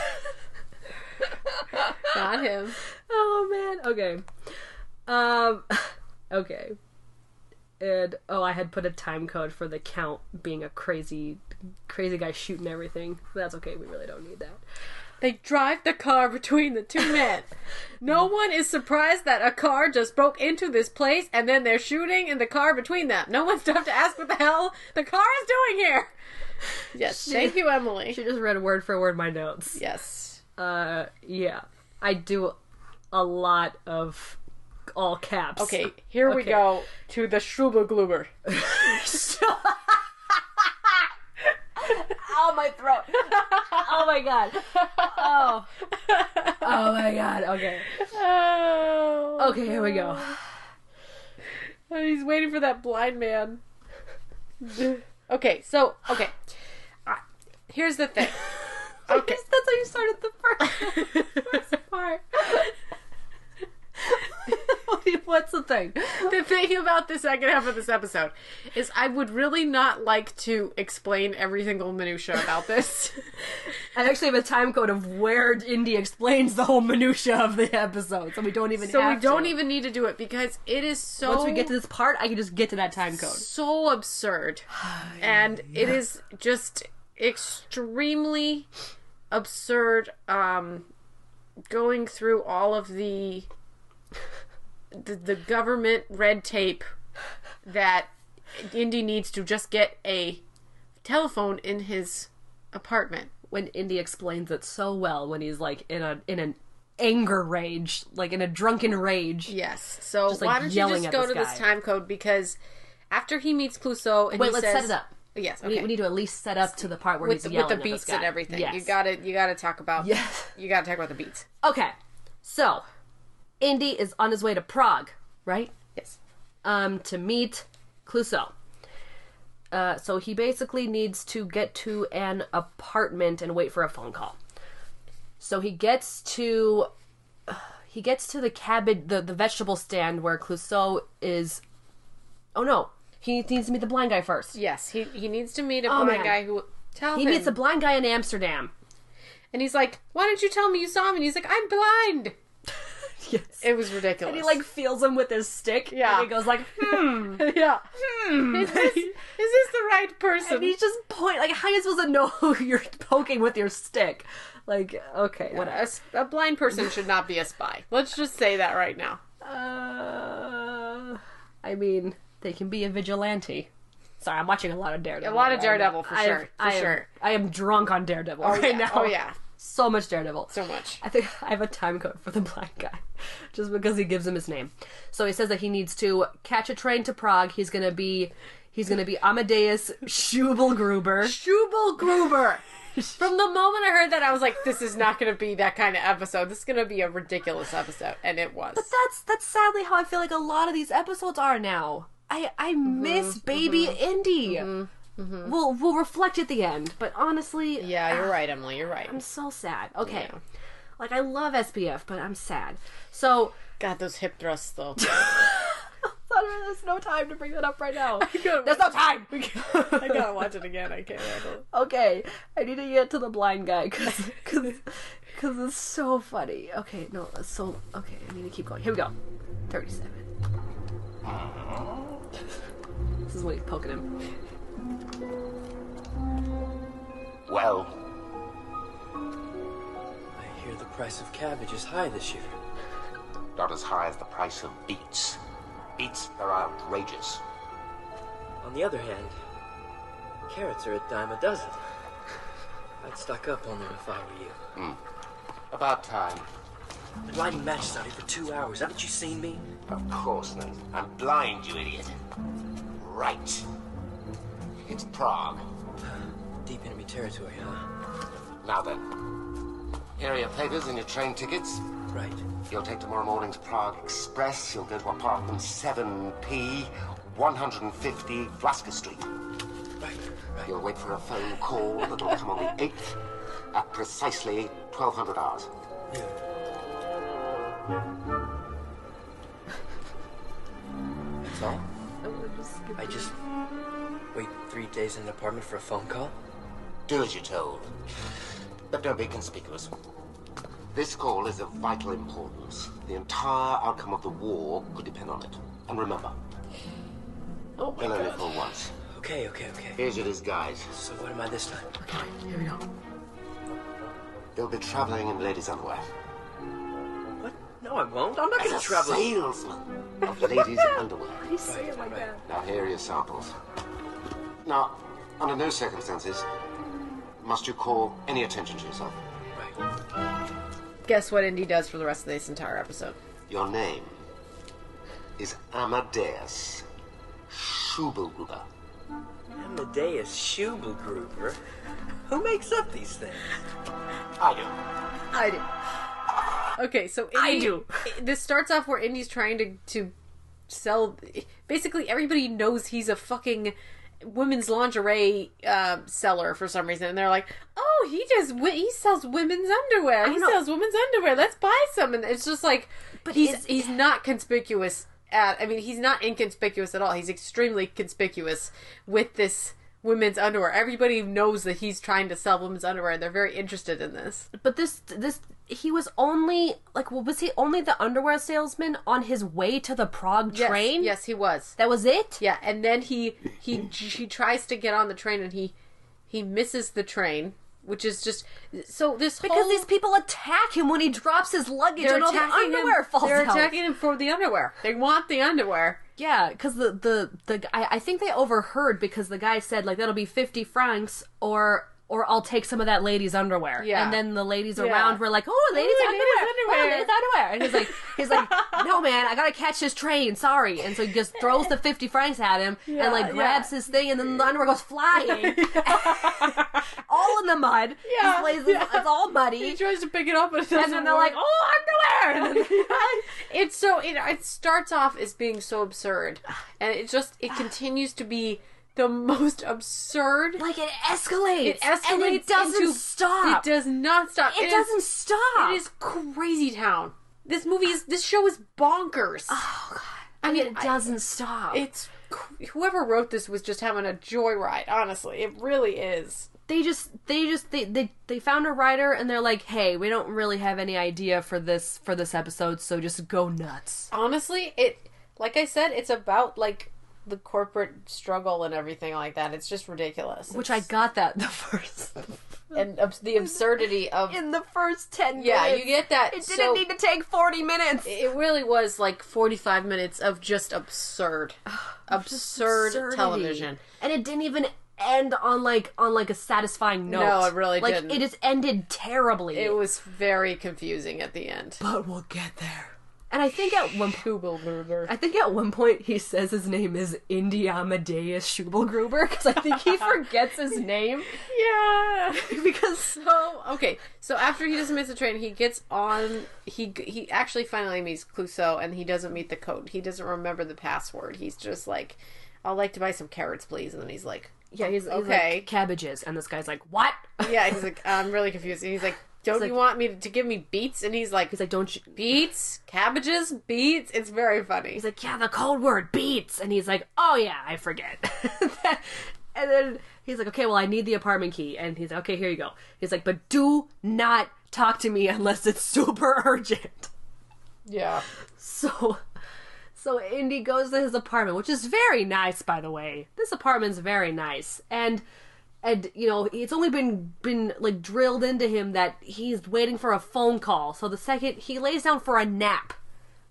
[SPEAKER 1] not him.
[SPEAKER 2] Oh man. Okay. Um. Okay. And oh, I had put a time code for the count being a crazy, crazy guy shooting everything. That's okay. We really don't need that.
[SPEAKER 1] They drive the car between the two men. No one is surprised that a car just broke into this place and then they're shooting in the car between them. No one's stopped to ask what the hell the car is doing here. Yes, thank you, Emily.
[SPEAKER 2] She just read word for word my notes.
[SPEAKER 1] Yes.
[SPEAKER 2] Uh. Yeah. I do a lot of all caps.
[SPEAKER 1] Okay, here we
[SPEAKER 2] Okay.
[SPEAKER 1] go to the Schrubergluber.
[SPEAKER 2] Ow, my throat. oh my god. Oh. Oh my god. Okay.
[SPEAKER 1] Oh,
[SPEAKER 2] Okay. Here we go.
[SPEAKER 1] he's waiting for that blind man. okay, so okay, Uh, here's the thing.
[SPEAKER 2] I guess that's how you started the first, first part. What do you- What's the thing?
[SPEAKER 1] the thing about the second half of this episode is I would really not like to explain every single minutia about this.
[SPEAKER 2] I actually have a time code of where Indy explains the whole minutia of the episode, so we don't even.
[SPEAKER 1] so we
[SPEAKER 2] have
[SPEAKER 1] don't
[SPEAKER 2] to.
[SPEAKER 1] even need to do it because it is so
[SPEAKER 2] Once we get to this part, I can just get to that time code.
[SPEAKER 1] so absurd. and it is just extremely absurd um going through all of the the, the government red tape that Indy needs to just get a telephone in his apartment.
[SPEAKER 2] When Indy explains it so well, when he's like in a in an anger rage, like in a drunken rage.
[SPEAKER 1] Yes. So
[SPEAKER 2] Just, like,
[SPEAKER 1] why don't you
[SPEAKER 2] yelling
[SPEAKER 1] just
[SPEAKER 2] at
[SPEAKER 1] go
[SPEAKER 2] this
[SPEAKER 1] to this
[SPEAKER 2] guy.
[SPEAKER 1] time code because after he meets Clouseau and
[SPEAKER 2] Wait,
[SPEAKER 1] he
[SPEAKER 2] let's
[SPEAKER 1] says,
[SPEAKER 2] set it up.
[SPEAKER 1] Yes,
[SPEAKER 2] We,
[SPEAKER 1] okay.
[SPEAKER 2] we need to at least set up to the part where
[SPEAKER 1] with,
[SPEAKER 2] he's
[SPEAKER 1] the, with
[SPEAKER 2] yelling
[SPEAKER 1] the
[SPEAKER 2] at this
[SPEAKER 1] beats and
[SPEAKER 2] guy.
[SPEAKER 1] everything.
[SPEAKER 2] Yes.
[SPEAKER 1] You got to you got to talk about
[SPEAKER 2] Yes.
[SPEAKER 1] you got to talk about the beats.
[SPEAKER 2] Okay, so Indy is on his way to Prague, right?
[SPEAKER 1] Yes.
[SPEAKER 2] um, to meet Clouseau. Uh, so he basically needs to get to an apartment and wait for a phone call. So he gets to he gets to the cabbage the, the vegetable stand where Clouseau is. Oh no, he needs to meet the blind guy first.
[SPEAKER 1] Yes, he he needs to meet a
[SPEAKER 2] Oh,
[SPEAKER 1] blind
[SPEAKER 2] man.
[SPEAKER 1] guy who tell
[SPEAKER 2] He
[SPEAKER 1] him
[SPEAKER 2] meets a blind guy in Amsterdam.
[SPEAKER 1] and he's like, "Why didn't you tell me you saw him?" And he's like, "I'm blind."
[SPEAKER 2] Yes.
[SPEAKER 1] It was ridiculous.
[SPEAKER 2] And he like feels him with his stick.
[SPEAKER 1] Yeah.
[SPEAKER 2] And he goes like, hmm.
[SPEAKER 1] yeah. Is this, is this the right person?
[SPEAKER 2] And he's just point like how are you supposed to know who you're poking with your stick? Like, okay, whatever.
[SPEAKER 1] a, s- a blind person should not be a spy. Let's just say that right now.
[SPEAKER 2] Uh, I mean, they can be a vigilante. Sorry, I'm watching a lot of Daredevil.
[SPEAKER 1] A lot of
[SPEAKER 2] right now.
[SPEAKER 1] Daredevil, for
[SPEAKER 2] I am-
[SPEAKER 1] sure, for
[SPEAKER 2] I am,
[SPEAKER 1] sure.
[SPEAKER 2] I am drunk on Daredevil
[SPEAKER 1] Oh,
[SPEAKER 2] right
[SPEAKER 1] yeah.
[SPEAKER 2] now.
[SPEAKER 1] Oh yeah.
[SPEAKER 2] So much Daredevil.
[SPEAKER 1] So much.
[SPEAKER 2] I think I have a time code for the black guy, just because he gives him his name. So he says that he needs to catch a train to Prague. He's gonna be, he's gonna be Amadeus Schubelgruber.
[SPEAKER 1] Jubal Gruber. From the moment I heard that, I was like, "This is not going to be that kind of episode. This is going to be a ridiculous episode," and it was.
[SPEAKER 2] That's that's sadly how I feel like a lot of these episodes are now. I I miss Baby Indy. We'll we'll reflect at the end, but honestly,
[SPEAKER 1] Yeah, you're right, Emily. You're right.
[SPEAKER 2] I'm so sad. Okay. Like I love SBF, but I'm sad. So
[SPEAKER 1] God, those hip thrusts though.
[SPEAKER 2] there's no time to bring that up right now.
[SPEAKER 1] There's no time. I gotta watch it again. I can't handle it.
[SPEAKER 2] okay, I need to get to the blind guy because because it's so funny. Okay, no, so okay, I need to keep going. Here we go. Thirty-seven. is what he's poking him.
[SPEAKER 4] Well. I hear the price of cabbage is high this year.
[SPEAKER 6] Not as high as the price of beets. Beets are outrageous.
[SPEAKER 4] On the other hand, carrots are a dime a dozen. I'd stock up on them if I were you.
[SPEAKER 6] About time.
[SPEAKER 4] Been lighting matches out here for two hours. Haven't you seen me?
[SPEAKER 6] Of course not. I'm blind, you idiot. Right. It's Prague.
[SPEAKER 4] Deep enemy territory, huh?
[SPEAKER 6] Now then. Here are your papers and your train tickets.
[SPEAKER 4] Right.
[SPEAKER 6] You'll take tomorrow morning's Prague Express. You'll go to apartment 7P, 150 Vlaska Street.
[SPEAKER 4] Right. Right.
[SPEAKER 6] You'll wait for a phone call that'll come on the 8th at precisely 1200 hours.
[SPEAKER 4] So? I just wait three days in an apartment for a phone call?
[SPEAKER 6] Do as you're told. But don't be conspicuous. This call is of vital importance. The entire outcome of the war could depend on it. And remember,
[SPEAKER 4] Oh
[SPEAKER 6] we'll only for once.
[SPEAKER 4] Okay, okay, okay.
[SPEAKER 6] Here's your disguise.
[SPEAKER 4] So what am I this time?
[SPEAKER 6] You'll be traveling in ladies' underwear.
[SPEAKER 4] What? No, I won't. I'm not
[SPEAKER 6] As
[SPEAKER 4] gonna
[SPEAKER 6] a
[SPEAKER 4] travel.
[SPEAKER 6] salesman of ladies' underwear.
[SPEAKER 4] Right, right.
[SPEAKER 6] Now, here are your samples. Now, under no circumstances must you call any attention to yourself.
[SPEAKER 4] Right.
[SPEAKER 1] Guess what Indy does for the rest of this entire episode?
[SPEAKER 6] Your name is Amadeus Schubelgruber.
[SPEAKER 4] Amadeus Schubelgruber. Who makes up these things?
[SPEAKER 6] I do.
[SPEAKER 1] I do. Okay, so Indy,
[SPEAKER 2] I do.
[SPEAKER 1] This starts off where Indy's trying to to sell. Basically, everybody knows he's a fucking women's lingerie uh, seller for some reason, and they're like, "Oh, he just wi- he sells women's underwear. He
[SPEAKER 2] know.
[SPEAKER 1] sells women's underwear. Let's buy some." And it's just like, but he's
[SPEAKER 2] is-
[SPEAKER 1] he's not conspicuous. At I mean, he's not inconspicuous at all. He's extremely conspicuous with this. Women's underwear. Everybody knows that he's trying to sell women's underwear. and They're very interested in this.
[SPEAKER 2] But this this he was only like well, was he only the underwear salesman on his way to the Prague
[SPEAKER 1] Yes,
[SPEAKER 2] train?
[SPEAKER 1] Yes, he was.
[SPEAKER 2] That was it?
[SPEAKER 1] Yeah, and then he he he tries to get on the train and he he misses the train, which is just so this
[SPEAKER 2] Because
[SPEAKER 1] whole
[SPEAKER 2] these people attack him when he drops his luggage and all the
[SPEAKER 1] attacking
[SPEAKER 2] underwear
[SPEAKER 1] him,
[SPEAKER 2] falls
[SPEAKER 1] They're
[SPEAKER 2] out.
[SPEAKER 1] attacking him for the underwear. They want the underwear.
[SPEAKER 2] Yeah, because the the the g- I, I think they overheard because the guy said like that'll be fifty francs or or I'll take some of that lady's underwear.
[SPEAKER 1] Yeah.
[SPEAKER 2] and then the ladies
[SPEAKER 1] Yeah.
[SPEAKER 2] around were like, "Oh, ladies,
[SPEAKER 1] Ooh,
[SPEAKER 2] underwear,
[SPEAKER 1] ladies'
[SPEAKER 2] Oh,
[SPEAKER 1] underwear."
[SPEAKER 2] ladies underwear," and he's like, he's like, "No, man, I gotta catch this train. Sorry." And so he just throws the fifty francs at him and like
[SPEAKER 1] yeah.
[SPEAKER 2] grabs his thing, and then the underwear goes flying, all in the mud.
[SPEAKER 1] Yeah,
[SPEAKER 2] This place is-
[SPEAKER 1] yeah.
[SPEAKER 2] it's all
[SPEAKER 1] He
[SPEAKER 2] muddy.
[SPEAKER 1] tries to pick it up, but it doesn't
[SPEAKER 2] And then they're like,
[SPEAKER 1] work.
[SPEAKER 2] "Oh, underwear!" And then-
[SPEAKER 1] it's so it, it starts off as being so absurd, and it just it continues to be the most absurd.
[SPEAKER 2] like it escalates.
[SPEAKER 1] it escalates
[SPEAKER 2] and it doesn't
[SPEAKER 1] into-
[SPEAKER 2] stop.
[SPEAKER 1] It does not stop.
[SPEAKER 2] It
[SPEAKER 1] is-
[SPEAKER 2] doesn't stop.
[SPEAKER 1] It is crazy town. This movie is. This show is bonkers. Oh god! I mean,
[SPEAKER 2] it doesn't stop.
[SPEAKER 1] I, it's cr- whoever wrote this was just having a joyride. Honestly, it really is.
[SPEAKER 2] they just they just they, they they found a writer and they're like, "Hey, we don't really have any idea for this for this episode, so just go nuts."
[SPEAKER 1] Honestly, it. Like I said, it's about like the corporate struggle and everything like that. It's just ridiculous.
[SPEAKER 2] Which I got that the first
[SPEAKER 1] and abs- the absurdity of
[SPEAKER 2] in the first 10
[SPEAKER 1] Yeah,
[SPEAKER 2] minutes.
[SPEAKER 1] you get that,
[SPEAKER 2] It didn't
[SPEAKER 1] so-
[SPEAKER 2] need to take 40 minutes.
[SPEAKER 1] it really was like 45 minutes of just absurd absurd
[SPEAKER 2] Absurdity.
[SPEAKER 1] television
[SPEAKER 2] And it didn't even end on like on like a satisfying note.
[SPEAKER 1] No, it really
[SPEAKER 2] like,
[SPEAKER 1] didn't.
[SPEAKER 2] it just ended terribly.
[SPEAKER 1] it was very confusing at the end
[SPEAKER 2] but we'll get there. And I think at one point
[SPEAKER 1] Schubelberger.
[SPEAKER 2] I think at one point he says his name is Indy Amadeus Schubelgruber because I think he forgets his name.
[SPEAKER 1] Yeah.
[SPEAKER 2] because
[SPEAKER 1] So okay, so after he doesn't miss the train, he gets on. He he actually finally meets Clouseau, and he doesn't meet the code. He doesn't remember the password. He's just like, "I'd like to buy some carrots, please." And then he's like,
[SPEAKER 2] yeah, he's, he's
[SPEAKER 1] Okay.
[SPEAKER 2] like cabbages, and this guy's like, "What?"
[SPEAKER 1] "Yeah." He's like, "I'm really confused." And he's like, "Don't
[SPEAKER 2] like-
[SPEAKER 1] you want me to, give me beets?" And he's like,
[SPEAKER 2] He's like, "Don't you?"
[SPEAKER 1] "Beets, cabbages, beets." It's very funny.
[SPEAKER 2] He's like, "Yeah, the code word beats," and he's like, "Oh yeah, I forget." and then he's like, "Okay, well, I need the apartment key," and he's like, "Okay, here you go." He's like, "But do not talk to me unless it's super urgent."
[SPEAKER 1] "Yeah,
[SPEAKER 2] So, So Indy goes to his apartment, which is very nice, by the way. This apartment's very nice, and and you know it's only been been like drilled into him that he's waiting for a phone call. So the second he lays down for a nap,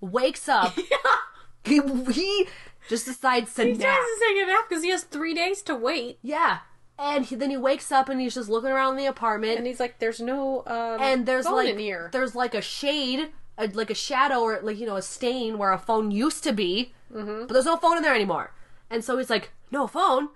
[SPEAKER 2] wakes up, he, he just decides to
[SPEAKER 1] He
[SPEAKER 2] nap.
[SPEAKER 1] doesn't take a nap because he has three days to wait,
[SPEAKER 2] Yeah, and he, then he wakes up and he's just looking around the apartment,
[SPEAKER 1] and he's like, "There's no um,
[SPEAKER 2] and there's
[SPEAKER 1] phone
[SPEAKER 2] like
[SPEAKER 1] in here."
[SPEAKER 2] there's like a shade, a, like a shadow, or like you know a stain where a phone used to be,
[SPEAKER 1] Mm-hmm.
[SPEAKER 2] but there's no phone in there anymore. And so he's like, no phone.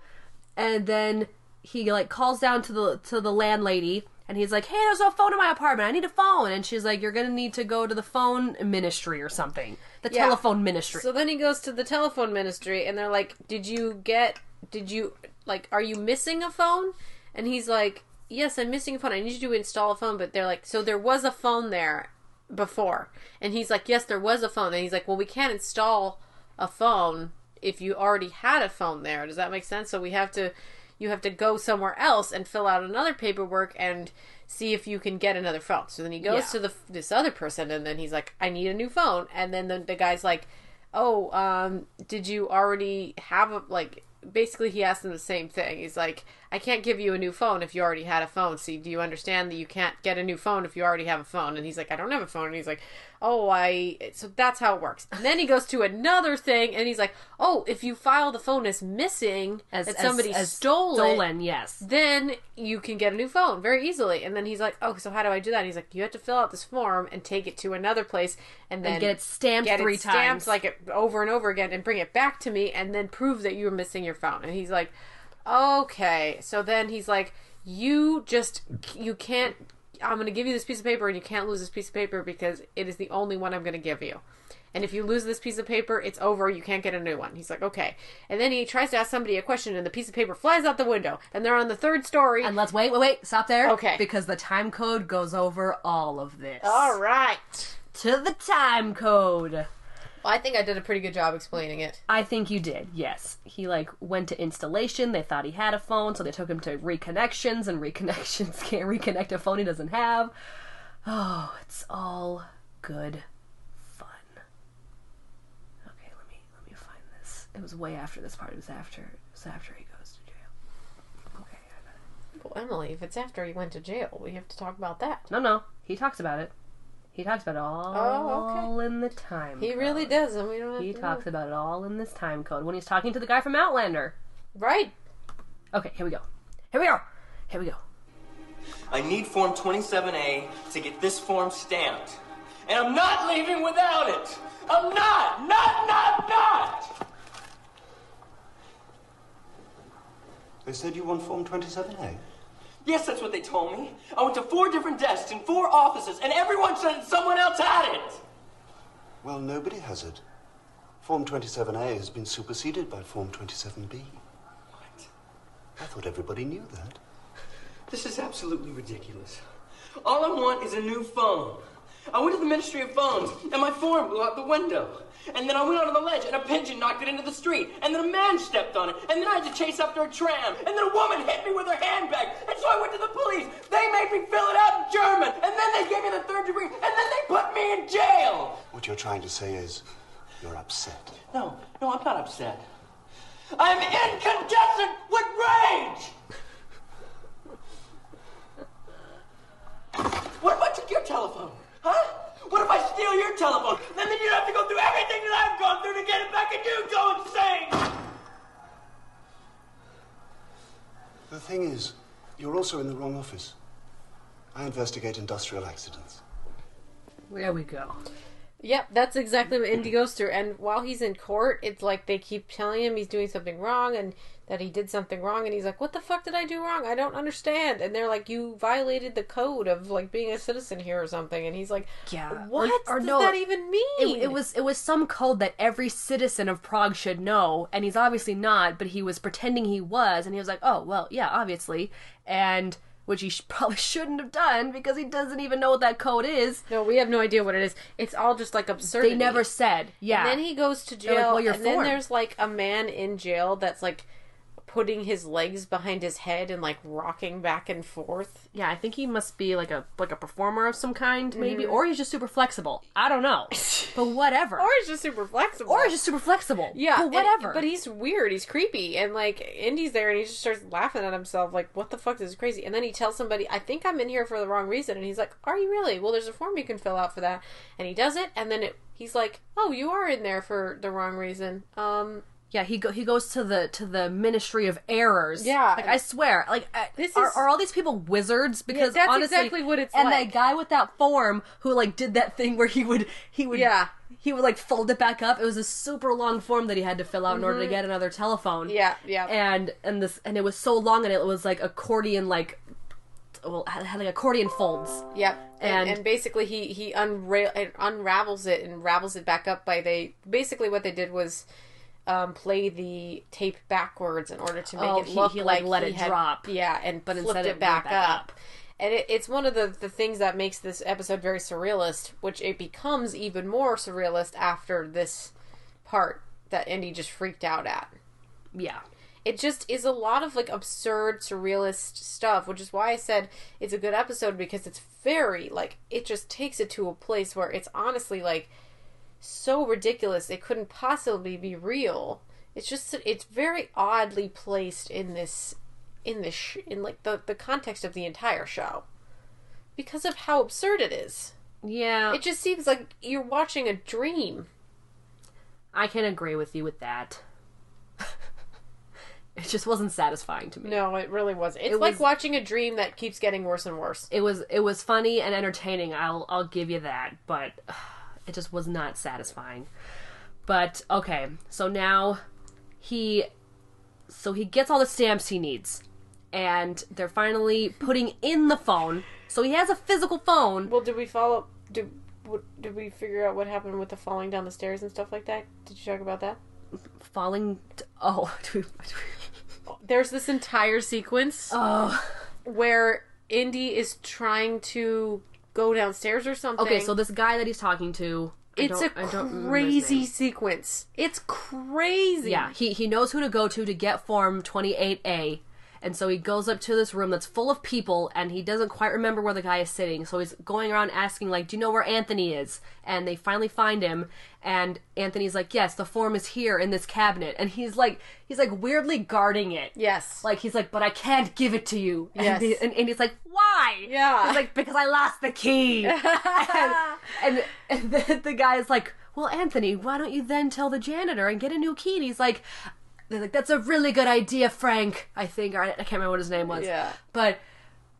[SPEAKER 2] And then he like calls down to the to the landlady, and he's like, hey, there's no phone in my apartment. I need a phone. And she's like, you're gonna need to go to the phone ministry or something, the
[SPEAKER 1] Yeah.
[SPEAKER 2] telephone ministry.
[SPEAKER 1] So then he goes to the telephone ministry and they're like, "Did you get did you like are you missing a phone?" And he's like, "Yes, I'm missing a phone. I need you to install a phone." But they're like, "So there was a phone there before." And he's like, "Yes, there was a phone." And he's like, "Well, we can't install a phone if you already had a phone there. Does that make sense? So we have to you have to go somewhere else and fill out another paperwork and see if you can get another phone. So then he goes
[SPEAKER 2] Yeah.
[SPEAKER 1] to the this other person and then he's like, "I need a new phone." And then the, the guy's like, "Oh, um, did you already have a like?" Basically, he asked him the same thing. He's like, "I can't give you a new phone if you already had a phone. See, do you understand that you can't get a new phone if you already have a phone?" And he's like, "I don't have a phone." And he's like, "Oh, I." So that's how it works. And then he goes to another thing, and he's like, "Oh, if you file the phone as missing, as, that somebody stole it,
[SPEAKER 2] stolen, yes.
[SPEAKER 1] then you can get a new phone very easily. And then he's like, "Oh, so how do I do that?" And he's like, "You have to fill out this form and take it to another place, and then
[SPEAKER 2] get it stamped
[SPEAKER 1] get
[SPEAKER 2] three
[SPEAKER 1] it stamped
[SPEAKER 2] times.
[SPEAKER 1] like it over and over again, and bring it back to me, and then prove that you were missing your phone." And he's like, "Okay." So then he's like, "You just you can't. I'm going to give you this piece of paper, and you can't lose this piece of paper because it is the only one I'm going to give you." And if you lose this piece of paper, it's over. You can't get a new one. He's like, okay. And then he tries to ask somebody a question, and the piece of paper flies out the window. And they're on the third story.
[SPEAKER 2] And let's wait, wait, wait, stop there.
[SPEAKER 1] Okay.
[SPEAKER 2] Because the time code goes over all of this.
[SPEAKER 1] All right.
[SPEAKER 2] To the time code.
[SPEAKER 1] Well, I think I did a pretty good job explaining it.
[SPEAKER 2] I think you did. Yes, he like went to installation. They thought he had a phone, so they took him to reconnections, and reconnections can't reconnect a phone he doesn't have. Oh, it's all good fun. Okay, let me let me find this. It was way after this part. It was after it was after he goes to jail. Okay, I got
[SPEAKER 1] Well, Emily, if it's after he went to jail, we have to talk about that.
[SPEAKER 2] it. No, no, he talks about it. He talks about it all
[SPEAKER 1] Oh,
[SPEAKER 2] in the time.
[SPEAKER 1] He
[SPEAKER 2] code.
[SPEAKER 1] really does, and we don't have
[SPEAKER 2] He
[SPEAKER 1] to
[SPEAKER 2] talks about it all in this time code when he's talking to the guy from Outlander.
[SPEAKER 1] Right.
[SPEAKER 2] Okay, here we go. Here we go. Here we go.
[SPEAKER 4] I need Form 27A to get this form stamped. And I'm not leaving without it! I'm not! Not, not, not!
[SPEAKER 6] They said you want Form 27A.
[SPEAKER 4] Yes, that's what they told me. I went to four different desks in four offices, and everyone said that someone else had it!
[SPEAKER 6] Well, nobody has it. Form 27A has been superseded by Form 27B.
[SPEAKER 4] What?
[SPEAKER 6] I thought everybody knew that.
[SPEAKER 4] This is absolutely ridiculous. All I want is a new phone. I went to the Ministry of Phones, and my form blew out the window. And then I went out on the ledge, and a pigeon knocked it into the street. And then a man stepped on it. And then I had to chase after a tram. And then a woman hit me with her handbag. And so I went to the police. They made me fill it out in German. And then they gave me the third degree. And then they put me in jail.
[SPEAKER 6] What you're trying to say is you're upset.
[SPEAKER 4] No, no, I'm not upset. I'm incandescent with rage! what if I took your telephone? Huh? What if I steal your telephone? And then you'd have to go through everything that I've gone through to get it back and you go insane!
[SPEAKER 6] The thing is, you're also in the wrong office. I investigate industrial accidents.
[SPEAKER 2] There we go.
[SPEAKER 1] Yep, that's exactly what Indy goes through. And while he's in court, it's like they keep telling him he's doing something wrong and that he did something wrong. And he's like, What the fuck did I do wrong? I don't understand. And they're like, You violated the code of like being a citizen here or something. And he's like,
[SPEAKER 2] Yeah.
[SPEAKER 1] What
[SPEAKER 2] Or- or
[SPEAKER 1] does
[SPEAKER 2] no,
[SPEAKER 1] that even mean?
[SPEAKER 2] It, it was it was some code that every citizen of Prague should know, and he's obviously not, but he was pretending he was, and he was like, "Oh well, yeah, obviously," and which he sh- probably shouldn't have done because he doesn't even know what that code is.
[SPEAKER 1] No, we have no idea what it is. It's all just like absurdity.
[SPEAKER 2] They never said. Yeah.
[SPEAKER 1] And then he goes to
[SPEAKER 2] like,
[SPEAKER 1] jail.
[SPEAKER 2] "Well, you're
[SPEAKER 1] and then
[SPEAKER 2] formed."
[SPEAKER 1] there's like a man in jail that's like putting his legs behind his head and like rocking back and forth.
[SPEAKER 2] Yeah, I think he must be like a like a performer of some kind, maybe, or he's just super flexible. I don't know, but whatever.
[SPEAKER 1] Or he's just super flexible.
[SPEAKER 2] Or he's just super flexible.
[SPEAKER 1] yeah,
[SPEAKER 2] but
[SPEAKER 1] and-
[SPEAKER 2] whatever.
[SPEAKER 1] but he's weird. He's creepy, and like Indy's there, and he just starts laughing at himself, like, "What the fuck? This is crazy." And then he tells somebody, "I think I'm in here for the wrong reason," and he's like, "Are you really? Well, there's a form you can fill out for that." And he does it, and then it, he's like, "Oh, you are in there for the wrong reason." Um,
[SPEAKER 2] yeah, he go, he goes to the to the Ministry of Errors.
[SPEAKER 1] Yeah.
[SPEAKER 2] like I swear, like I,
[SPEAKER 1] This
[SPEAKER 2] are,
[SPEAKER 1] is-
[SPEAKER 2] are all these people wizards? Because
[SPEAKER 1] that's
[SPEAKER 2] honestly,
[SPEAKER 1] exactly what it's
[SPEAKER 2] And
[SPEAKER 1] like.
[SPEAKER 2] that guy with that form who like did that thing where he would he would
[SPEAKER 1] Yeah.
[SPEAKER 2] he would like fold it back up. It was a super long form that he had to fill out in order to get another telephone.
[SPEAKER 1] Mm-hmm. Yeah, yeah.
[SPEAKER 2] and and this and it was so long and it was like accordion like well had, had like accordion folds.
[SPEAKER 1] Yep. And,
[SPEAKER 2] And-
[SPEAKER 1] and basically he he unra- and unravels it and ravels it back up by they basically what they did was um, play the tape backwards in order to make
[SPEAKER 2] Oh,
[SPEAKER 1] it
[SPEAKER 2] he-
[SPEAKER 1] look
[SPEAKER 2] he, like, let
[SPEAKER 1] he
[SPEAKER 2] it
[SPEAKER 1] had-
[SPEAKER 2] drop.
[SPEAKER 1] Yeah, and but flipped
[SPEAKER 2] instead
[SPEAKER 1] it,
[SPEAKER 2] it went
[SPEAKER 1] back,
[SPEAKER 2] back
[SPEAKER 1] up. And it, it's one of the, the things that makes this episode very surrealist, which it becomes even more surrealist after this part that Indy just freaked out at
[SPEAKER 2] Yeah.
[SPEAKER 1] it just is a lot of like absurd surrealist stuff which is why i said it's a good episode because it's very like it just takes it to a place where it's honestly like so ridiculous it couldn't possibly be real it's just it's very oddly placed in this in this sh- in like the the context of the entire show because of how absurd it is
[SPEAKER 2] Yeah.
[SPEAKER 1] it just seems like you're watching a dream
[SPEAKER 2] I can agree with you with that. it just wasn't satisfying to me.
[SPEAKER 1] no it really was it's like
[SPEAKER 2] was-
[SPEAKER 1] watching a dream that keeps getting worse and worse
[SPEAKER 2] It was it was funny and entertaining. I'll I'll give you that, but it just was not satisfying. But okay, so now he so he gets all the stamps he needs and they're finally putting in the phone. So he has a physical phone.
[SPEAKER 1] Well, did we follow? Did what, did we figure out what happened with the falling down the stairs and stuff like that? Did you talk about that?
[SPEAKER 2] falling t- oh, dude.
[SPEAKER 1] There's this entire sequence
[SPEAKER 2] Oh.
[SPEAKER 1] where Indy is trying to go downstairs or something.
[SPEAKER 2] Okay, so this guy that he's talking to I
[SPEAKER 1] it's a
[SPEAKER 2] don't- I don't remember his
[SPEAKER 1] crazy
[SPEAKER 2] name.
[SPEAKER 1] sequence. It's crazy.
[SPEAKER 2] Yeah, he he knows who to go to to get form 28A. And so he goes up to this room that's full of people and he doesn't quite remember where the guy is sitting. So he's going around asking like, "Do you know where Anthony is?" And they finally find him and Anthony's like, "Yes, the form is here in this cabinet." And he's like he's like weirdly guarding it.
[SPEAKER 1] Yes.
[SPEAKER 2] Like he's like, "But I can't give it to you."
[SPEAKER 1] Yes.
[SPEAKER 2] And, he, and, and he's like, "Why?"
[SPEAKER 1] Yeah.
[SPEAKER 2] He's like, "Because I lost the key." and, and the, the guy is like, "Well, Anthony, why don't you then tell the janitor and get a new key?" And he's like, "They're like, that's a really good idea, Frank. I think or I, I can't remember what his name was.
[SPEAKER 1] Yeah.
[SPEAKER 2] but."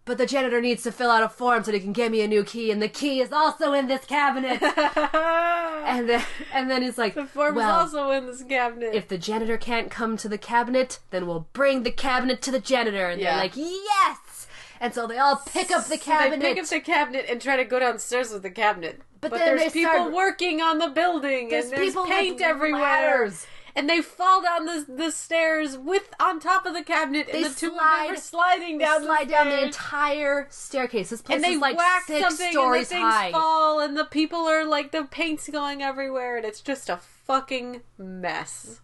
[SPEAKER 2] But the janitor needs to fill out a form so he can get me a new key, and the key is also in this cabinet. and then, and then he's like,
[SPEAKER 1] the form
[SPEAKER 2] "Well,
[SPEAKER 1] is also in this cabinet.
[SPEAKER 2] if the janitor can't come to the cabinet, then we'll bring the cabinet to the janitor." And
[SPEAKER 1] Yeah.
[SPEAKER 2] they're like, "Yes!" And so they all pick up
[SPEAKER 1] So
[SPEAKER 2] the
[SPEAKER 1] they
[SPEAKER 2] cabinet.
[SPEAKER 1] pick up the cabinet and try to go downstairs with the cabinet. But,
[SPEAKER 2] But then
[SPEAKER 1] there's
[SPEAKER 2] they
[SPEAKER 1] people
[SPEAKER 2] start-
[SPEAKER 1] working on the building
[SPEAKER 2] There's
[SPEAKER 1] and there's
[SPEAKER 2] people with
[SPEAKER 1] paint everywhere.
[SPEAKER 2] ladders.
[SPEAKER 1] And they fall down the, the stairs with on top of the cabinet
[SPEAKER 2] They
[SPEAKER 1] and the two of them
[SPEAKER 2] slide-
[SPEAKER 1] are sliding
[SPEAKER 2] They
[SPEAKER 1] down
[SPEAKER 2] slide
[SPEAKER 1] the
[SPEAKER 2] down the
[SPEAKER 1] stairs.
[SPEAKER 2] entire staircase. This place
[SPEAKER 1] and they
[SPEAKER 2] is like
[SPEAKER 1] whack
[SPEAKER 2] six
[SPEAKER 1] something
[SPEAKER 2] stories
[SPEAKER 1] and the things
[SPEAKER 2] high.
[SPEAKER 1] fall and the people are like the paint's going everywhere and it's just a fucking mess.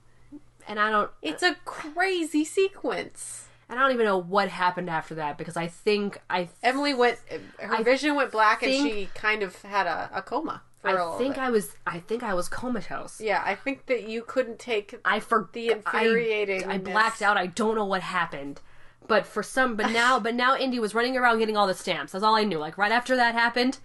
[SPEAKER 2] And I don't
[SPEAKER 1] It's a crazy sequence.
[SPEAKER 2] and I don't even know what happened after that because I think I
[SPEAKER 1] Emily went her
[SPEAKER 2] I
[SPEAKER 1] vision went black and
[SPEAKER 2] think-
[SPEAKER 1] she kind of had a, a coma for a
[SPEAKER 2] I
[SPEAKER 1] little
[SPEAKER 2] think
[SPEAKER 1] bit.
[SPEAKER 2] I was I think I was comatose.
[SPEAKER 1] Yeah, I think that you couldn't take
[SPEAKER 2] I forgot
[SPEAKER 1] the infuriating.
[SPEAKER 2] I, blacked out. I don't know what happened. But for some but now but now Indy was running around getting all the stamps. That's all I knew. Like right after that happened,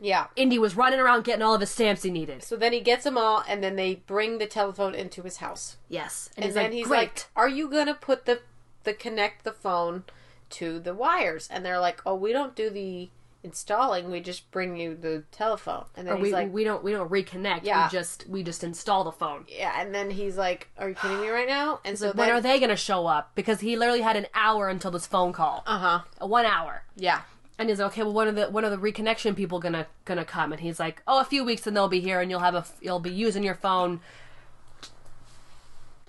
[SPEAKER 1] Yeah.
[SPEAKER 2] Indy was running around getting all of his stamps he needed.
[SPEAKER 1] So then he gets them all, and then they bring the telephone into his house.
[SPEAKER 2] Yes. And,
[SPEAKER 1] And
[SPEAKER 2] he's
[SPEAKER 1] then
[SPEAKER 2] like,
[SPEAKER 1] he's
[SPEAKER 2] Great.
[SPEAKER 1] like, "Are you gonna put the the connect the phone to the wires?" And they're like, "Oh, we don't do the installing. We just bring you the telephone." And then
[SPEAKER 2] or
[SPEAKER 1] he's
[SPEAKER 2] we,
[SPEAKER 1] like,
[SPEAKER 2] we don't we don't reconnect.
[SPEAKER 1] Yeah.
[SPEAKER 2] We just we just install the phone.
[SPEAKER 1] "Yeah." And then he's like, "Are you kidding me right now?" And so
[SPEAKER 2] when
[SPEAKER 1] then-
[SPEAKER 2] are they going to show up? Because he literally had an hour until this phone call. Uh huh. One hour.
[SPEAKER 1] Uh-huh. Yeah.
[SPEAKER 2] And he's like, okay, well, when are the when are the reconnection people gonna gonna come? And he's like, oh, a few weeks, and they'll be here, and you'll have a f- you'll be using your phone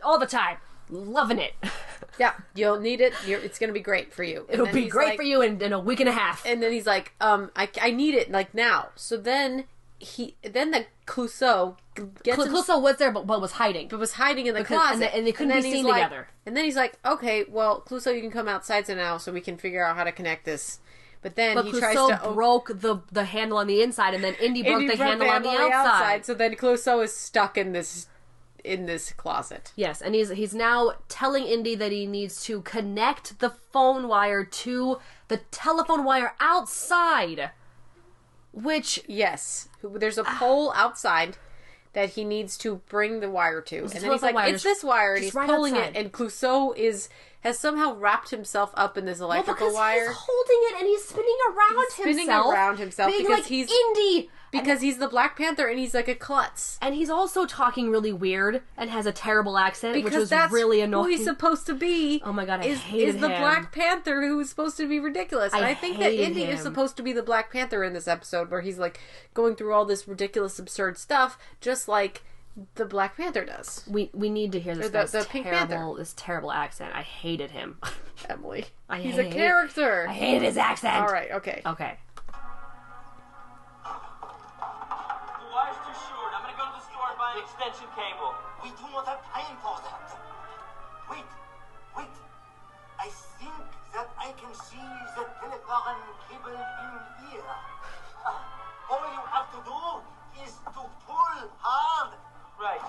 [SPEAKER 2] all the time, loving it.
[SPEAKER 1] Yeah. You'll need it. You're, it's gonna be great for you. And
[SPEAKER 2] It'll
[SPEAKER 1] then
[SPEAKER 2] be
[SPEAKER 1] he's
[SPEAKER 2] great
[SPEAKER 1] like-
[SPEAKER 2] for you in, in a week and a half.
[SPEAKER 1] and then he's like, um, I, I need it like now. So then he then the Clouseau gets
[SPEAKER 2] Cl-
[SPEAKER 1] him-
[SPEAKER 2] Clouseau was there, but, but was hiding.
[SPEAKER 1] but was hiding in the
[SPEAKER 2] Because-
[SPEAKER 1] closet,
[SPEAKER 2] and they- and they couldn't
[SPEAKER 1] then
[SPEAKER 2] be
[SPEAKER 1] he's
[SPEAKER 2] seen
[SPEAKER 1] like-
[SPEAKER 2] together.
[SPEAKER 1] And then he's like, "Okay, well, Clouseau, you can come outside to now, so we can figure out how to connect this." But then
[SPEAKER 2] But
[SPEAKER 1] he tries
[SPEAKER 2] Clouseau
[SPEAKER 1] to o-
[SPEAKER 2] broke the the handle on the inside, and then Indy
[SPEAKER 1] and
[SPEAKER 2] broke
[SPEAKER 1] he
[SPEAKER 2] the
[SPEAKER 1] broke
[SPEAKER 2] handle on the outside.
[SPEAKER 1] So then Clouseau is stuck in this in this closet.
[SPEAKER 2] Yes, and he's he's now telling Indy that he needs to connect the phone wire to the telephone wire outside, which
[SPEAKER 1] Yes, there's a pole outside that he needs to bring the wire to, and then he's
[SPEAKER 2] telephone
[SPEAKER 1] like,
[SPEAKER 2] wire
[SPEAKER 1] "It's
[SPEAKER 2] just-
[SPEAKER 1] this wire," and
[SPEAKER 2] just
[SPEAKER 1] he's
[SPEAKER 2] right
[SPEAKER 1] pulling
[SPEAKER 2] outside.
[SPEAKER 1] it, and Clouseau is has somehow wrapped himself up in this
[SPEAKER 2] well,
[SPEAKER 1] electrical
[SPEAKER 2] because
[SPEAKER 1] wire.
[SPEAKER 2] he's holding it and he's spinning around
[SPEAKER 1] He's
[SPEAKER 2] himself,
[SPEAKER 1] spinning around himself
[SPEAKER 2] being
[SPEAKER 1] because
[SPEAKER 2] like
[SPEAKER 1] he's-
[SPEAKER 2] Indy,
[SPEAKER 1] because he's the Black Panther and he's like a klutz.
[SPEAKER 2] and he's also talking really weird and has a terrible accent,
[SPEAKER 1] Because
[SPEAKER 2] which was
[SPEAKER 1] that's
[SPEAKER 2] really annoying.
[SPEAKER 1] who he's supposed to be.
[SPEAKER 2] Oh my God, I
[SPEAKER 1] is,
[SPEAKER 2] hated
[SPEAKER 1] is the
[SPEAKER 2] him.
[SPEAKER 1] Black Panther who's supposed to be ridiculous.
[SPEAKER 2] I
[SPEAKER 1] and I think that
[SPEAKER 2] hated
[SPEAKER 1] Indy is
[SPEAKER 2] him.
[SPEAKER 1] supposed to be the Black Panther in this episode where he's like going through all this ridiculous, absurd stuff, just like the Black Panther does.
[SPEAKER 2] we we need to hear this
[SPEAKER 1] the-
[SPEAKER 2] guy's
[SPEAKER 1] the Pink Panther.
[SPEAKER 2] terrible this terrible accent. I hated him.
[SPEAKER 1] Emily,
[SPEAKER 2] I
[SPEAKER 1] he's a
[SPEAKER 2] hate-
[SPEAKER 1] character.
[SPEAKER 2] I hated his accent.
[SPEAKER 1] all right, okay.
[SPEAKER 2] Okay.
[SPEAKER 4] The wire's too short. I'm gonna go to the store and buy an extension cable.
[SPEAKER 6] We do not have time for that. Wait, wait. I think that I can see the telephone cable in here. Ah, All you have to do is to pull hard
[SPEAKER 4] Right.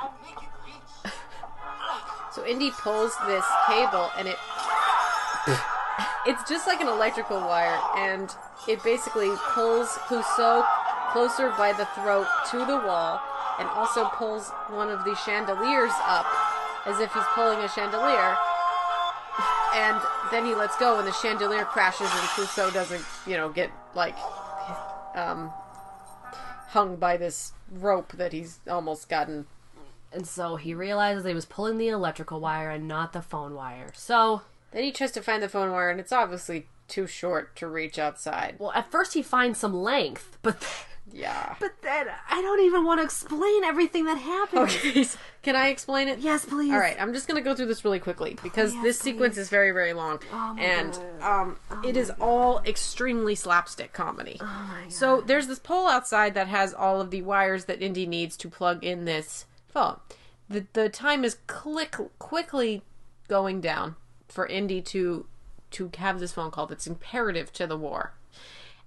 [SPEAKER 6] and make it reach.
[SPEAKER 1] So Indy pulls this cable and it It's just like an electrical wire and it basically pulls Clouseau closer by the throat to the wall and also pulls one of the chandeliers up as if he's pulling a chandelier. And then he lets go and the chandelier crashes and Clouseau doesn't, you know, get like um hung by this rope that he's almost gotten
[SPEAKER 2] And so he realizes he was pulling the electrical wire and not the phone wire. So,
[SPEAKER 1] Then he tries to find the phone wire, and it's obviously too short to reach outside.
[SPEAKER 2] well, at first he finds some length, but
[SPEAKER 1] Yeah.
[SPEAKER 2] but then I don't even want to explain everything that happened.
[SPEAKER 1] Okay. so Can I explain it?
[SPEAKER 2] Yes, please. Oh,
[SPEAKER 1] All right. I'm just gonna go through this really quickly because this sequence is very, very long, and um,
[SPEAKER 2] Oh,
[SPEAKER 1] it is all extremely slapstick comedy. So there's this pole outside that has all of the wires that Indy needs to plug in this phone. The the time is click quickly going down for Indy to to have this phone call that's imperative to the war.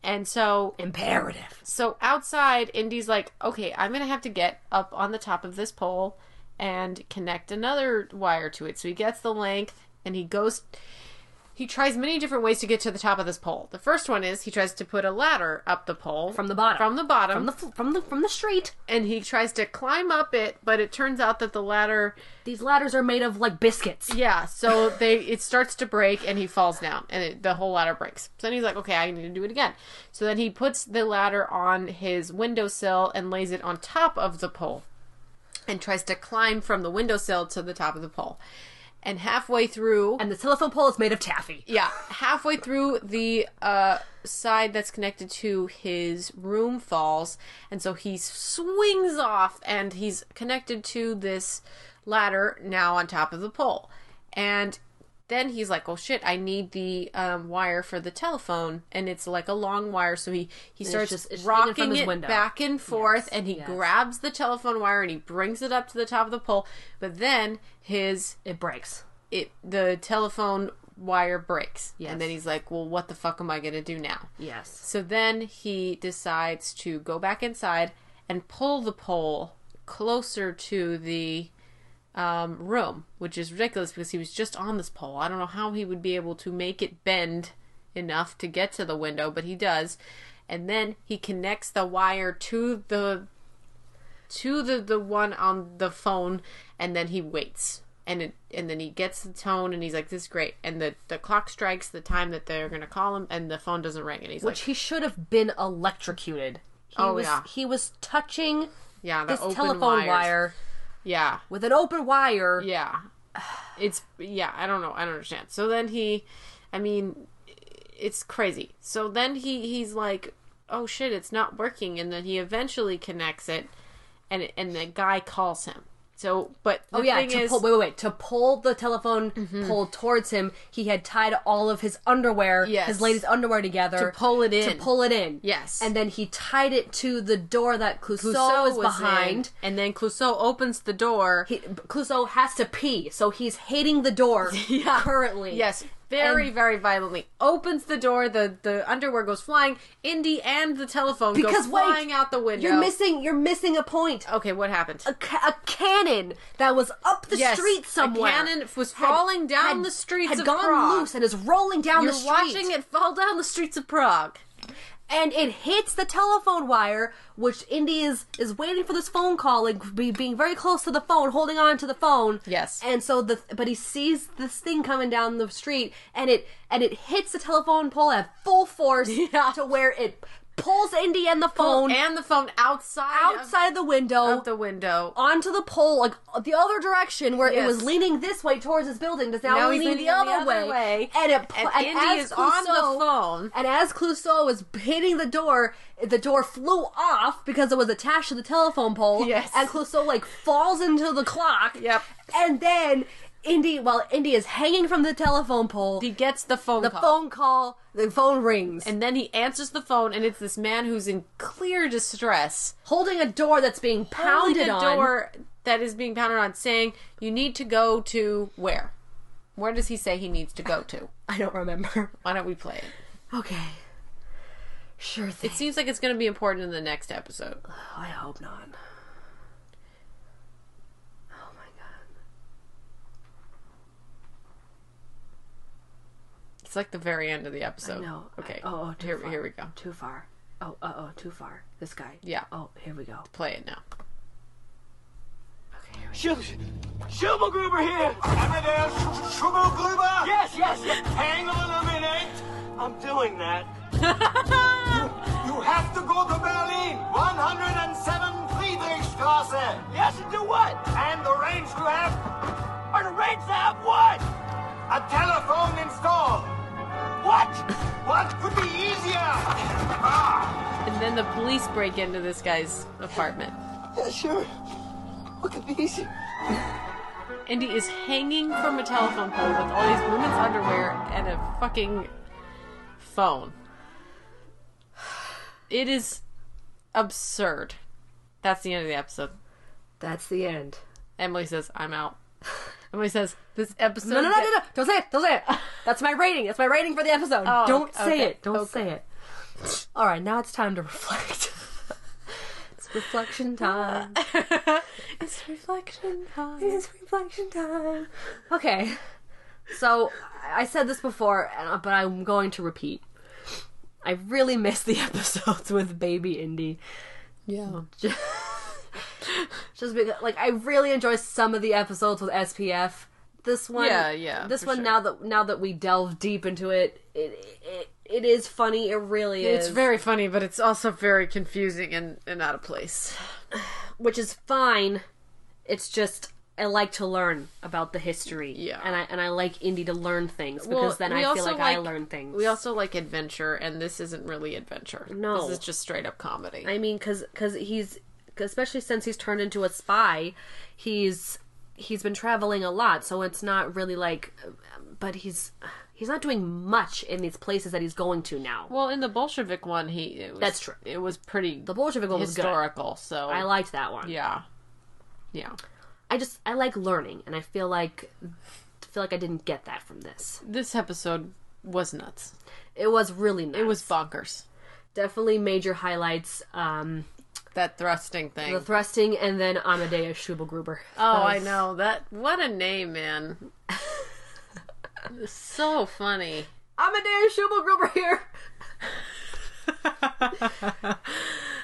[SPEAKER 1] And so
[SPEAKER 2] Imperative.
[SPEAKER 1] so outside, Indy's like, okay, I'm gonna have to get up on the top of this pole and connect another wire to it. So he gets the length and he goes. He tries many different ways to get to the top of this pole. The first one is he tries to put a ladder up the pole
[SPEAKER 2] From the bottom.
[SPEAKER 1] From the bottom,
[SPEAKER 2] From the f- from the from the street.
[SPEAKER 1] and he tries to climb up it, but it turns out that the ladder,
[SPEAKER 2] These ladders are made of like biscuits.
[SPEAKER 1] yeah, so they it starts to break and he falls down and it, the whole ladder breaks. So then he's like, okay, I need to do it again. So then he puts the ladder on his windowsill and lays it on top of the pole and tries to climb from the windowsill to the top of the pole. And halfway through,
[SPEAKER 2] And the telephone pole is made of taffy.
[SPEAKER 1] yeah, halfway through the uh, side that's connected to his room falls, and so he swings off, and he's connected to this ladder now on top of the pole, and then he's like, "Oh shit! I need the um, wire for the telephone," and it's like a long wire, so he he starts
[SPEAKER 2] just- it's hanging from
[SPEAKER 1] rocking
[SPEAKER 2] his
[SPEAKER 1] it
[SPEAKER 2] window.
[SPEAKER 1] back and forth, and he
[SPEAKER 2] yes.
[SPEAKER 1] grabs the telephone wire and he brings it up to the top of the pole, but then his
[SPEAKER 2] It breaks.
[SPEAKER 1] it the telephone wire breaks
[SPEAKER 2] Yes.
[SPEAKER 1] and then he's like well what the fuck am i going to do now
[SPEAKER 2] Yes.
[SPEAKER 1] so then he decides to go back inside and pull the pole closer to the um, room which is ridiculous because he was just on this pole i don't know how he would be able to make it bend enough to get to the window but he does and then he connects the wire to the to the the one on the phone and then he waits and it and then he gets the tone and he's like this is great and the the clock strikes the time that they're gonna call him and the phone doesn't ring and he's
[SPEAKER 2] Which
[SPEAKER 1] like
[SPEAKER 2] he should have been electrocuted. He
[SPEAKER 1] Oh,
[SPEAKER 2] was
[SPEAKER 1] yeah.
[SPEAKER 2] he was touching
[SPEAKER 1] yeah the
[SPEAKER 2] this
[SPEAKER 1] open
[SPEAKER 2] telephone
[SPEAKER 1] wires.
[SPEAKER 2] wire
[SPEAKER 1] yeah
[SPEAKER 2] with an open wire.
[SPEAKER 1] yeah it's yeah i don't know i don't understand so then he i mean it's crazy so then he he's like oh shit it's not working and then he eventually connects it and and the guy calls him So, but the
[SPEAKER 2] Oh yeah,
[SPEAKER 1] thing
[SPEAKER 2] to
[SPEAKER 1] is, Mm-hmm.
[SPEAKER 2] pull, wait, wait, wait. To pull the telephone pole towards him, he had tied all of his underwear,
[SPEAKER 1] Yes.
[SPEAKER 2] his latest underwear together
[SPEAKER 1] To pull it
[SPEAKER 2] To
[SPEAKER 1] in.
[SPEAKER 2] pull it in.
[SPEAKER 1] Yes.
[SPEAKER 2] And then he tied it to the door that Clouseau,
[SPEAKER 1] Clouseau
[SPEAKER 2] is
[SPEAKER 1] was
[SPEAKER 2] behind.
[SPEAKER 1] in, and then Clouseau opens the door.
[SPEAKER 2] He, Clouseau has to pee, so he's hating the door currently.
[SPEAKER 1] Yes, very,
[SPEAKER 2] And-
[SPEAKER 1] very violently opens the door. the The underwear goes flying. Indy and the telephone
[SPEAKER 2] because
[SPEAKER 1] go
[SPEAKER 2] wait,
[SPEAKER 1] flying out the window.
[SPEAKER 2] You're missing. You're missing a point.
[SPEAKER 1] Okay, what happened?
[SPEAKER 2] A, ca- a cannon that was up the
[SPEAKER 1] Yes,
[SPEAKER 2] street
[SPEAKER 1] a
[SPEAKER 2] somewhere.
[SPEAKER 1] cannon was falling down the streets
[SPEAKER 2] Had
[SPEAKER 1] of
[SPEAKER 2] gone
[SPEAKER 1] Prague.
[SPEAKER 2] loose and is rolling down
[SPEAKER 1] You're
[SPEAKER 2] the street.
[SPEAKER 1] watching it fall down the streets of Prague.
[SPEAKER 2] and it hits the telephone wire, which Indy is, is waiting for this phone call and be, being very close to the phone, holding on to the phone.
[SPEAKER 1] Yes.
[SPEAKER 2] And so the but he sees this thing coming down the street, and it and it hits the telephone pole at full force
[SPEAKER 1] Yeah.
[SPEAKER 2] to where it pulls Indy and the phone
[SPEAKER 1] and the phone outside of-
[SPEAKER 2] outside the window.
[SPEAKER 1] of the window.
[SPEAKER 2] Onto the pole, like the other direction where it
[SPEAKER 1] Yes.
[SPEAKER 2] was leaning this way towards his building, does now,
[SPEAKER 1] Now he's
[SPEAKER 2] leaning
[SPEAKER 1] leaning
[SPEAKER 2] the other,
[SPEAKER 1] the other
[SPEAKER 2] way.
[SPEAKER 1] way,
[SPEAKER 2] And it pl-
[SPEAKER 1] and
[SPEAKER 2] and
[SPEAKER 1] Indy
[SPEAKER 2] as
[SPEAKER 1] is on the
[SPEAKER 2] Clouseau-
[SPEAKER 1] phone.
[SPEAKER 2] and as Clouseau was hitting the door, the door flew off because it was attached to the telephone pole.
[SPEAKER 1] Yes.
[SPEAKER 2] And Clouseau like falls into the clock.
[SPEAKER 1] Yep.
[SPEAKER 2] And then Indy, while Indy is hanging from the telephone pole,
[SPEAKER 1] He gets the phone
[SPEAKER 2] the
[SPEAKER 1] call.
[SPEAKER 2] phone call, the phone rings, and
[SPEAKER 1] and then he answers the phone, and it's this man who's in clear distress,
[SPEAKER 2] holding a door that's being
[SPEAKER 1] holding
[SPEAKER 2] pounded
[SPEAKER 1] a
[SPEAKER 2] on.
[SPEAKER 1] door that is being pounded on, saying, "You need to go to where? Where does he say he needs to go to?
[SPEAKER 2] I don't remember.
[SPEAKER 1] Why don't we play it?
[SPEAKER 2] Okay. Sure thing.
[SPEAKER 1] It seems like it's going to be important in the next episode.
[SPEAKER 2] Oh, I hope not. Oh my god.
[SPEAKER 1] It's like the very end of the episode.
[SPEAKER 2] No.
[SPEAKER 1] Okay.
[SPEAKER 2] I- oh, oh, too
[SPEAKER 1] here,
[SPEAKER 2] far.
[SPEAKER 1] here we go.
[SPEAKER 2] Too far. Oh, uh oh, too far. This guy.
[SPEAKER 1] Yeah.
[SPEAKER 2] Oh, here we go.
[SPEAKER 1] Play it now.
[SPEAKER 4] Sch- Schubelgruber here!
[SPEAKER 3] Am I there, Sh- Schubelgruber?
[SPEAKER 4] Yes, yes!
[SPEAKER 3] Hang on a minute.
[SPEAKER 4] I'm doing that.
[SPEAKER 3] You have to go to Berlin, 107 Friedrichstraße.
[SPEAKER 4] Yes, and do what?
[SPEAKER 3] And arrange to have
[SPEAKER 4] Are the rates have what?
[SPEAKER 3] a telephone installed.
[SPEAKER 4] What?
[SPEAKER 3] What could be easier?
[SPEAKER 1] And then the police break into this guy's apartment.
[SPEAKER 4] Yeah, sure. What could be easier?
[SPEAKER 1] Indy is hanging from a telephone pole with all these women's underwear and a fucking phone. It is absurd. That's the end of the episode.
[SPEAKER 2] That's the end.
[SPEAKER 1] Emily says, I'm out. Emily says, this episode.
[SPEAKER 2] No, no, no, no, no. Don't say it. Don't say it. That's my rating. That's my rating for the episode.
[SPEAKER 1] Oh,
[SPEAKER 2] Don't
[SPEAKER 1] okay,
[SPEAKER 2] say
[SPEAKER 1] okay,
[SPEAKER 2] it. Don't
[SPEAKER 1] okay.
[SPEAKER 2] say it. All right, now it's time to reflect. it's reflection time.
[SPEAKER 1] It's reflection time.
[SPEAKER 2] it's reflection time. Okay. So, I I said this before, and- but I'm going to repeat. I really miss the episodes with Baby Indy.
[SPEAKER 1] Yeah.
[SPEAKER 2] just because like I really enjoy some of the episodes with SPF. This one,
[SPEAKER 1] Yeah, yeah,
[SPEAKER 2] This
[SPEAKER 1] for
[SPEAKER 2] one
[SPEAKER 1] sure.
[SPEAKER 2] now that now that we delve deep into it, it it, it is funny. It really is.
[SPEAKER 1] It's very funny, but it's also very confusing and, and out of place.
[SPEAKER 2] which is fine. It's just I like to learn about the history.
[SPEAKER 1] Yeah.
[SPEAKER 2] and I and I like indie to learn things because
[SPEAKER 1] Well,
[SPEAKER 2] then
[SPEAKER 1] we
[SPEAKER 2] I feel
[SPEAKER 1] also
[SPEAKER 2] like, I
[SPEAKER 1] like-
[SPEAKER 2] learn things.
[SPEAKER 1] We also like adventure, and this isn't really adventure.
[SPEAKER 2] No.
[SPEAKER 1] This is just straight up comedy.
[SPEAKER 2] I mean, because cause he's especially since he's turned into a spy, he's he's been traveling a lot, so it's not really like. But he's he's not doing much in these places that he's going to now.
[SPEAKER 1] Well, in the Bolshevik one, he it was,
[SPEAKER 2] That's true.
[SPEAKER 1] It was pretty
[SPEAKER 2] the Bolshevik one was good.
[SPEAKER 1] historical. So
[SPEAKER 2] I liked that one.
[SPEAKER 1] Yeah, yeah,
[SPEAKER 2] I just I like learning, and I feel like feel like I didn't get that from this.
[SPEAKER 1] this episode was nuts.
[SPEAKER 2] It was really nice.
[SPEAKER 1] It was bonkers.
[SPEAKER 2] definitely major highlights. Um,
[SPEAKER 1] That thrusting thing.
[SPEAKER 2] the thrusting, and then Amadeus Schubelgruber.
[SPEAKER 1] oh, I know that. What a name, man. so funny.
[SPEAKER 2] Amadeus Schubelgruber here.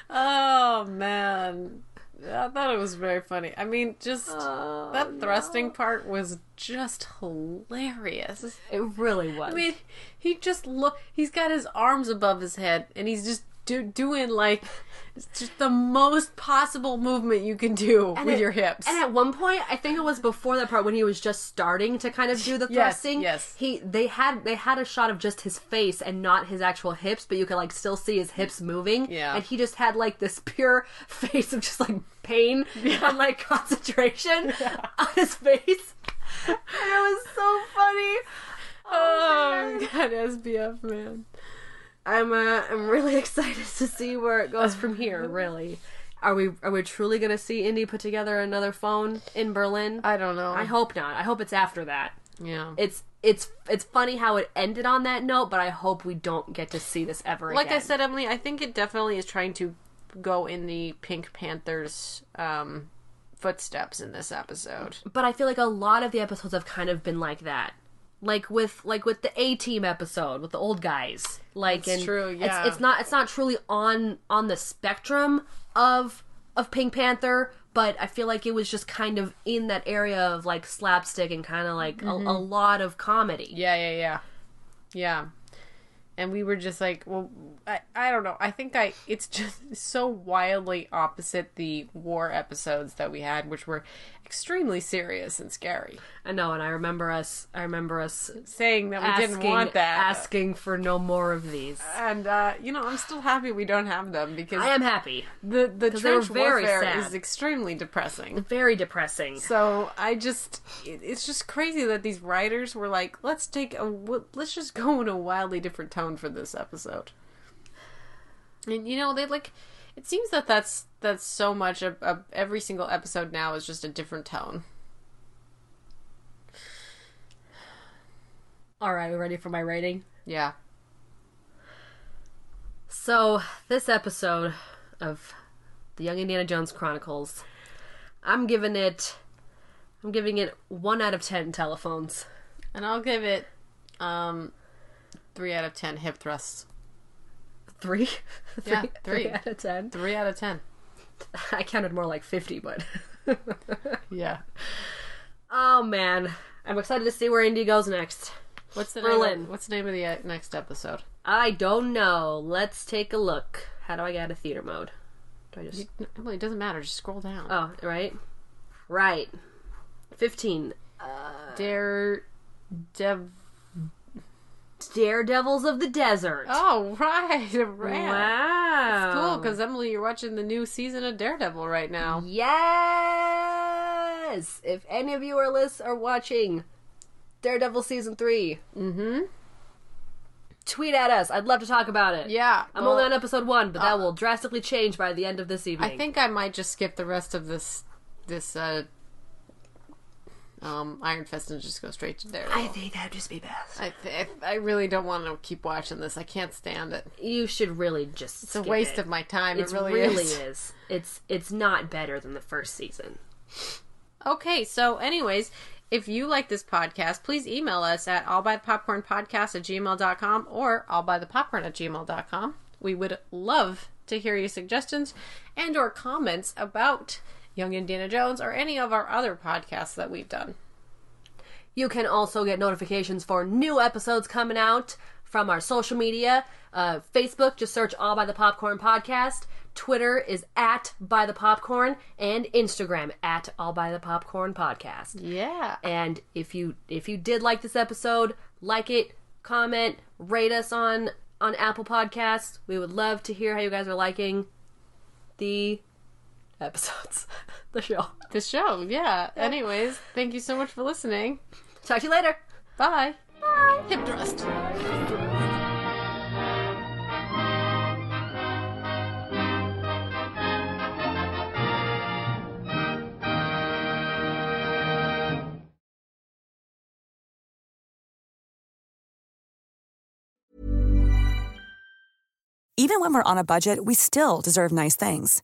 [SPEAKER 1] Oh man. I thought it was very funny. I mean, just
[SPEAKER 2] Oh,
[SPEAKER 1] that thrusting part was just hilarious.
[SPEAKER 2] It really was.
[SPEAKER 1] I mean, he just look. He's got his arms above his head, and he's just do- doing like it's just the most possible movement you can do with
[SPEAKER 2] it-
[SPEAKER 1] your hips.
[SPEAKER 2] And at one point, I think it was before that part when he was just starting to kind of do the
[SPEAKER 1] Yes,
[SPEAKER 2] thrusting.
[SPEAKER 1] yes.
[SPEAKER 2] He they had they had a shot of just his face and not his actual hips, but you could like still see his hips moving.
[SPEAKER 1] Yeah.
[SPEAKER 2] And he just had like this pure face of just like pain and like concentration on his face. And it was so funny.
[SPEAKER 1] Oh, God, SBF, man.
[SPEAKER 2] I'm uh, I'm really excited to see where it goes from here. Really, are we are we truly gonna see Indy put together another phone in Berlin?
[SPEAKER 1] I don't know.
[SPEAKER 2] I hope not. I hope it's after that.
[SPEAKER 1] Yeah.
[SPEAKER 2] It's it's it's funny how it ended on that note, but I hope we don't get to see this ever
[SPEAKER 1] like
[SPEAKER 2] again.
[SPEAKER 1] I said, Emily, I think it definitely is trying to go in the Pink Panther's um, footsteps in this episode.
[SPEAKER 2] but I feel like a lot of the episodes have kind of been like that. Like with like with the A Team episode with the old guys. Like
[SPEAKER 1] That's
[SPEAKER 2] and
[SPEAKER 1] true, yeah.
[SPEAKER 2] It's, it's not it's not truly on on the spectrum of of Pink Panther, but I feel like it was just kind of in that area of like slapstick and kind of like a, a lot of comedy.
[SPEAKER 1] Mm-hmm. Yeah, yeah, yeah, yeah. And we were just like, well, I, I don't know. I think I it's just so wildly opposite the war episodes that we had, which were extremely serious and scary.
[SPEAKER 2] I know, and I remember us I remember us
[SPEAKER 1] Saying that we
[SPEAKER 2] asking,
[SPEAKER 1] didn't want that,
[SPEAKER 2] asking for no more of these.
[SPEAKER 1] and uh, you know, I'm still happy we don't have them because
[SPEAKER 2] I am happy.
[SPEAKER 1] the the
[SPEAKER 2] they were
[SPEAKER 1] trench
[SPEAKER 2] very
[SPEAKER 1] warfare
[SPEAKER 2] sad.
[SPEAKER 1] is extremely depressing.
[SPEAKER 2] Very depressing.
[SPEAKER 1] So I just, it- it's just crazy that these writers were like, let's take a, w- let's just go in a wildly different tone for this episode. And you know, they like, it seems that that's that's so much of, of every single episode now is just a different tone.
[SPEAKER 2] All right, we ready for my rating?
[SPEAKER 1] Yeah.
[SPEAKER 2] So, this episode of the Young Indiana Jones Chronicles, I'm giving it I'm giving it 1 out of 10 telephones.
[SPEAKER 1] And I'll give it, um, three out of ten hip thrusts.
[SPEAKER 2] 3.
[SPEAKER 1] Yeah, three.
[SPEAKER 2] out of 10.
[SPEAKER 1] Three out of ten.
[SPEAKER 2] I counted more like 50, but
[SPEAKER 1] Yeah.
[SPEAKER 2] Oh man, I'm excited to see where Indy goes next.
[SPEAKER 1] What's the Name
[SPEAKER 2] Berlin.
[SPEAKER 1] of, what's the name of the uh, next episode?
[SPEAKER 2] I don't know. Let's take a look. How do I get out of theater mode? Do I just
[SPEAKER 1] Emily, it doesn't matter. Just scroll down.
[SPEAKER 2] Oh, right. Right. 15.
[SPEAKER 1] Uh, Dare, dev.
[SPEAKER 2] Daredevils of the Desert.
[SPEAKER 1] Oh right, a rat.
[SPEAKER 2] wow.
[SPEAKER 1] Cool, because Emily, you're watching the new season of Daredevil right now.
[SPEAKER 2] Yes! If any of you are lists are watching Daredevil season 3 mm-hmm. tweet at us. I'd love to talk about it.
[SPEAKER 1] Yeah,
[SPEAKER 2] I'm
[SPEAKER 1] well, uh,
[SPEAKER 2] only on episode one, but that will drastically change by the end of this evening.
[SPEAKER 1] I think I might just skip the rest of this this uh, um, Iron Fist and just go straight to Daredevil.
[SPEAKER 2] I think that'd just be best.
[SPEAKER 1] I, th- I really don't want to keep watching this. I can't stand it.
[SPEAKER 2] You should really just.
[SPEAKER 1] It's a waste of my time.
[SPEAKER 2] It
[SPEAKER 1] it really, is.
[SPEAKER 2] It's it's not better than the first season.
[SPEAKER 1] Okay, so anyways, if you like this podcast, please email us at allbythepopcornpodcast at gmail.com or allbythepopcorn at gmail.com. We would love to hear your suggestions and or comments about Young Indiana Jones or any of our other podcasts that we've done.
[SPEAKER 2] You can also get notifications for new episodes coming out from our social media. Uh, Facebook, just search All by the Popcorn Podcast. Twitter is at By the Popcorn, and Instagram at All by the Popcorn Podcast.
[SPEAKER 1] Yeah.
[SPEAKER 2] And if you if you did like this episode, like it, comment, rate us on on Apple Podcasts. We would love to hear how you guys are liking the episodes, the show.
[SPEAKER 1] The show, yeah. Anyways, thank you so much for listening.
[SPEAKER 2] Talk to you later.
[SPEAKER 1] Bye. Bye. Hip thrust.
[SPEAKER 7] even when we're on a budget, we still deserve nice things.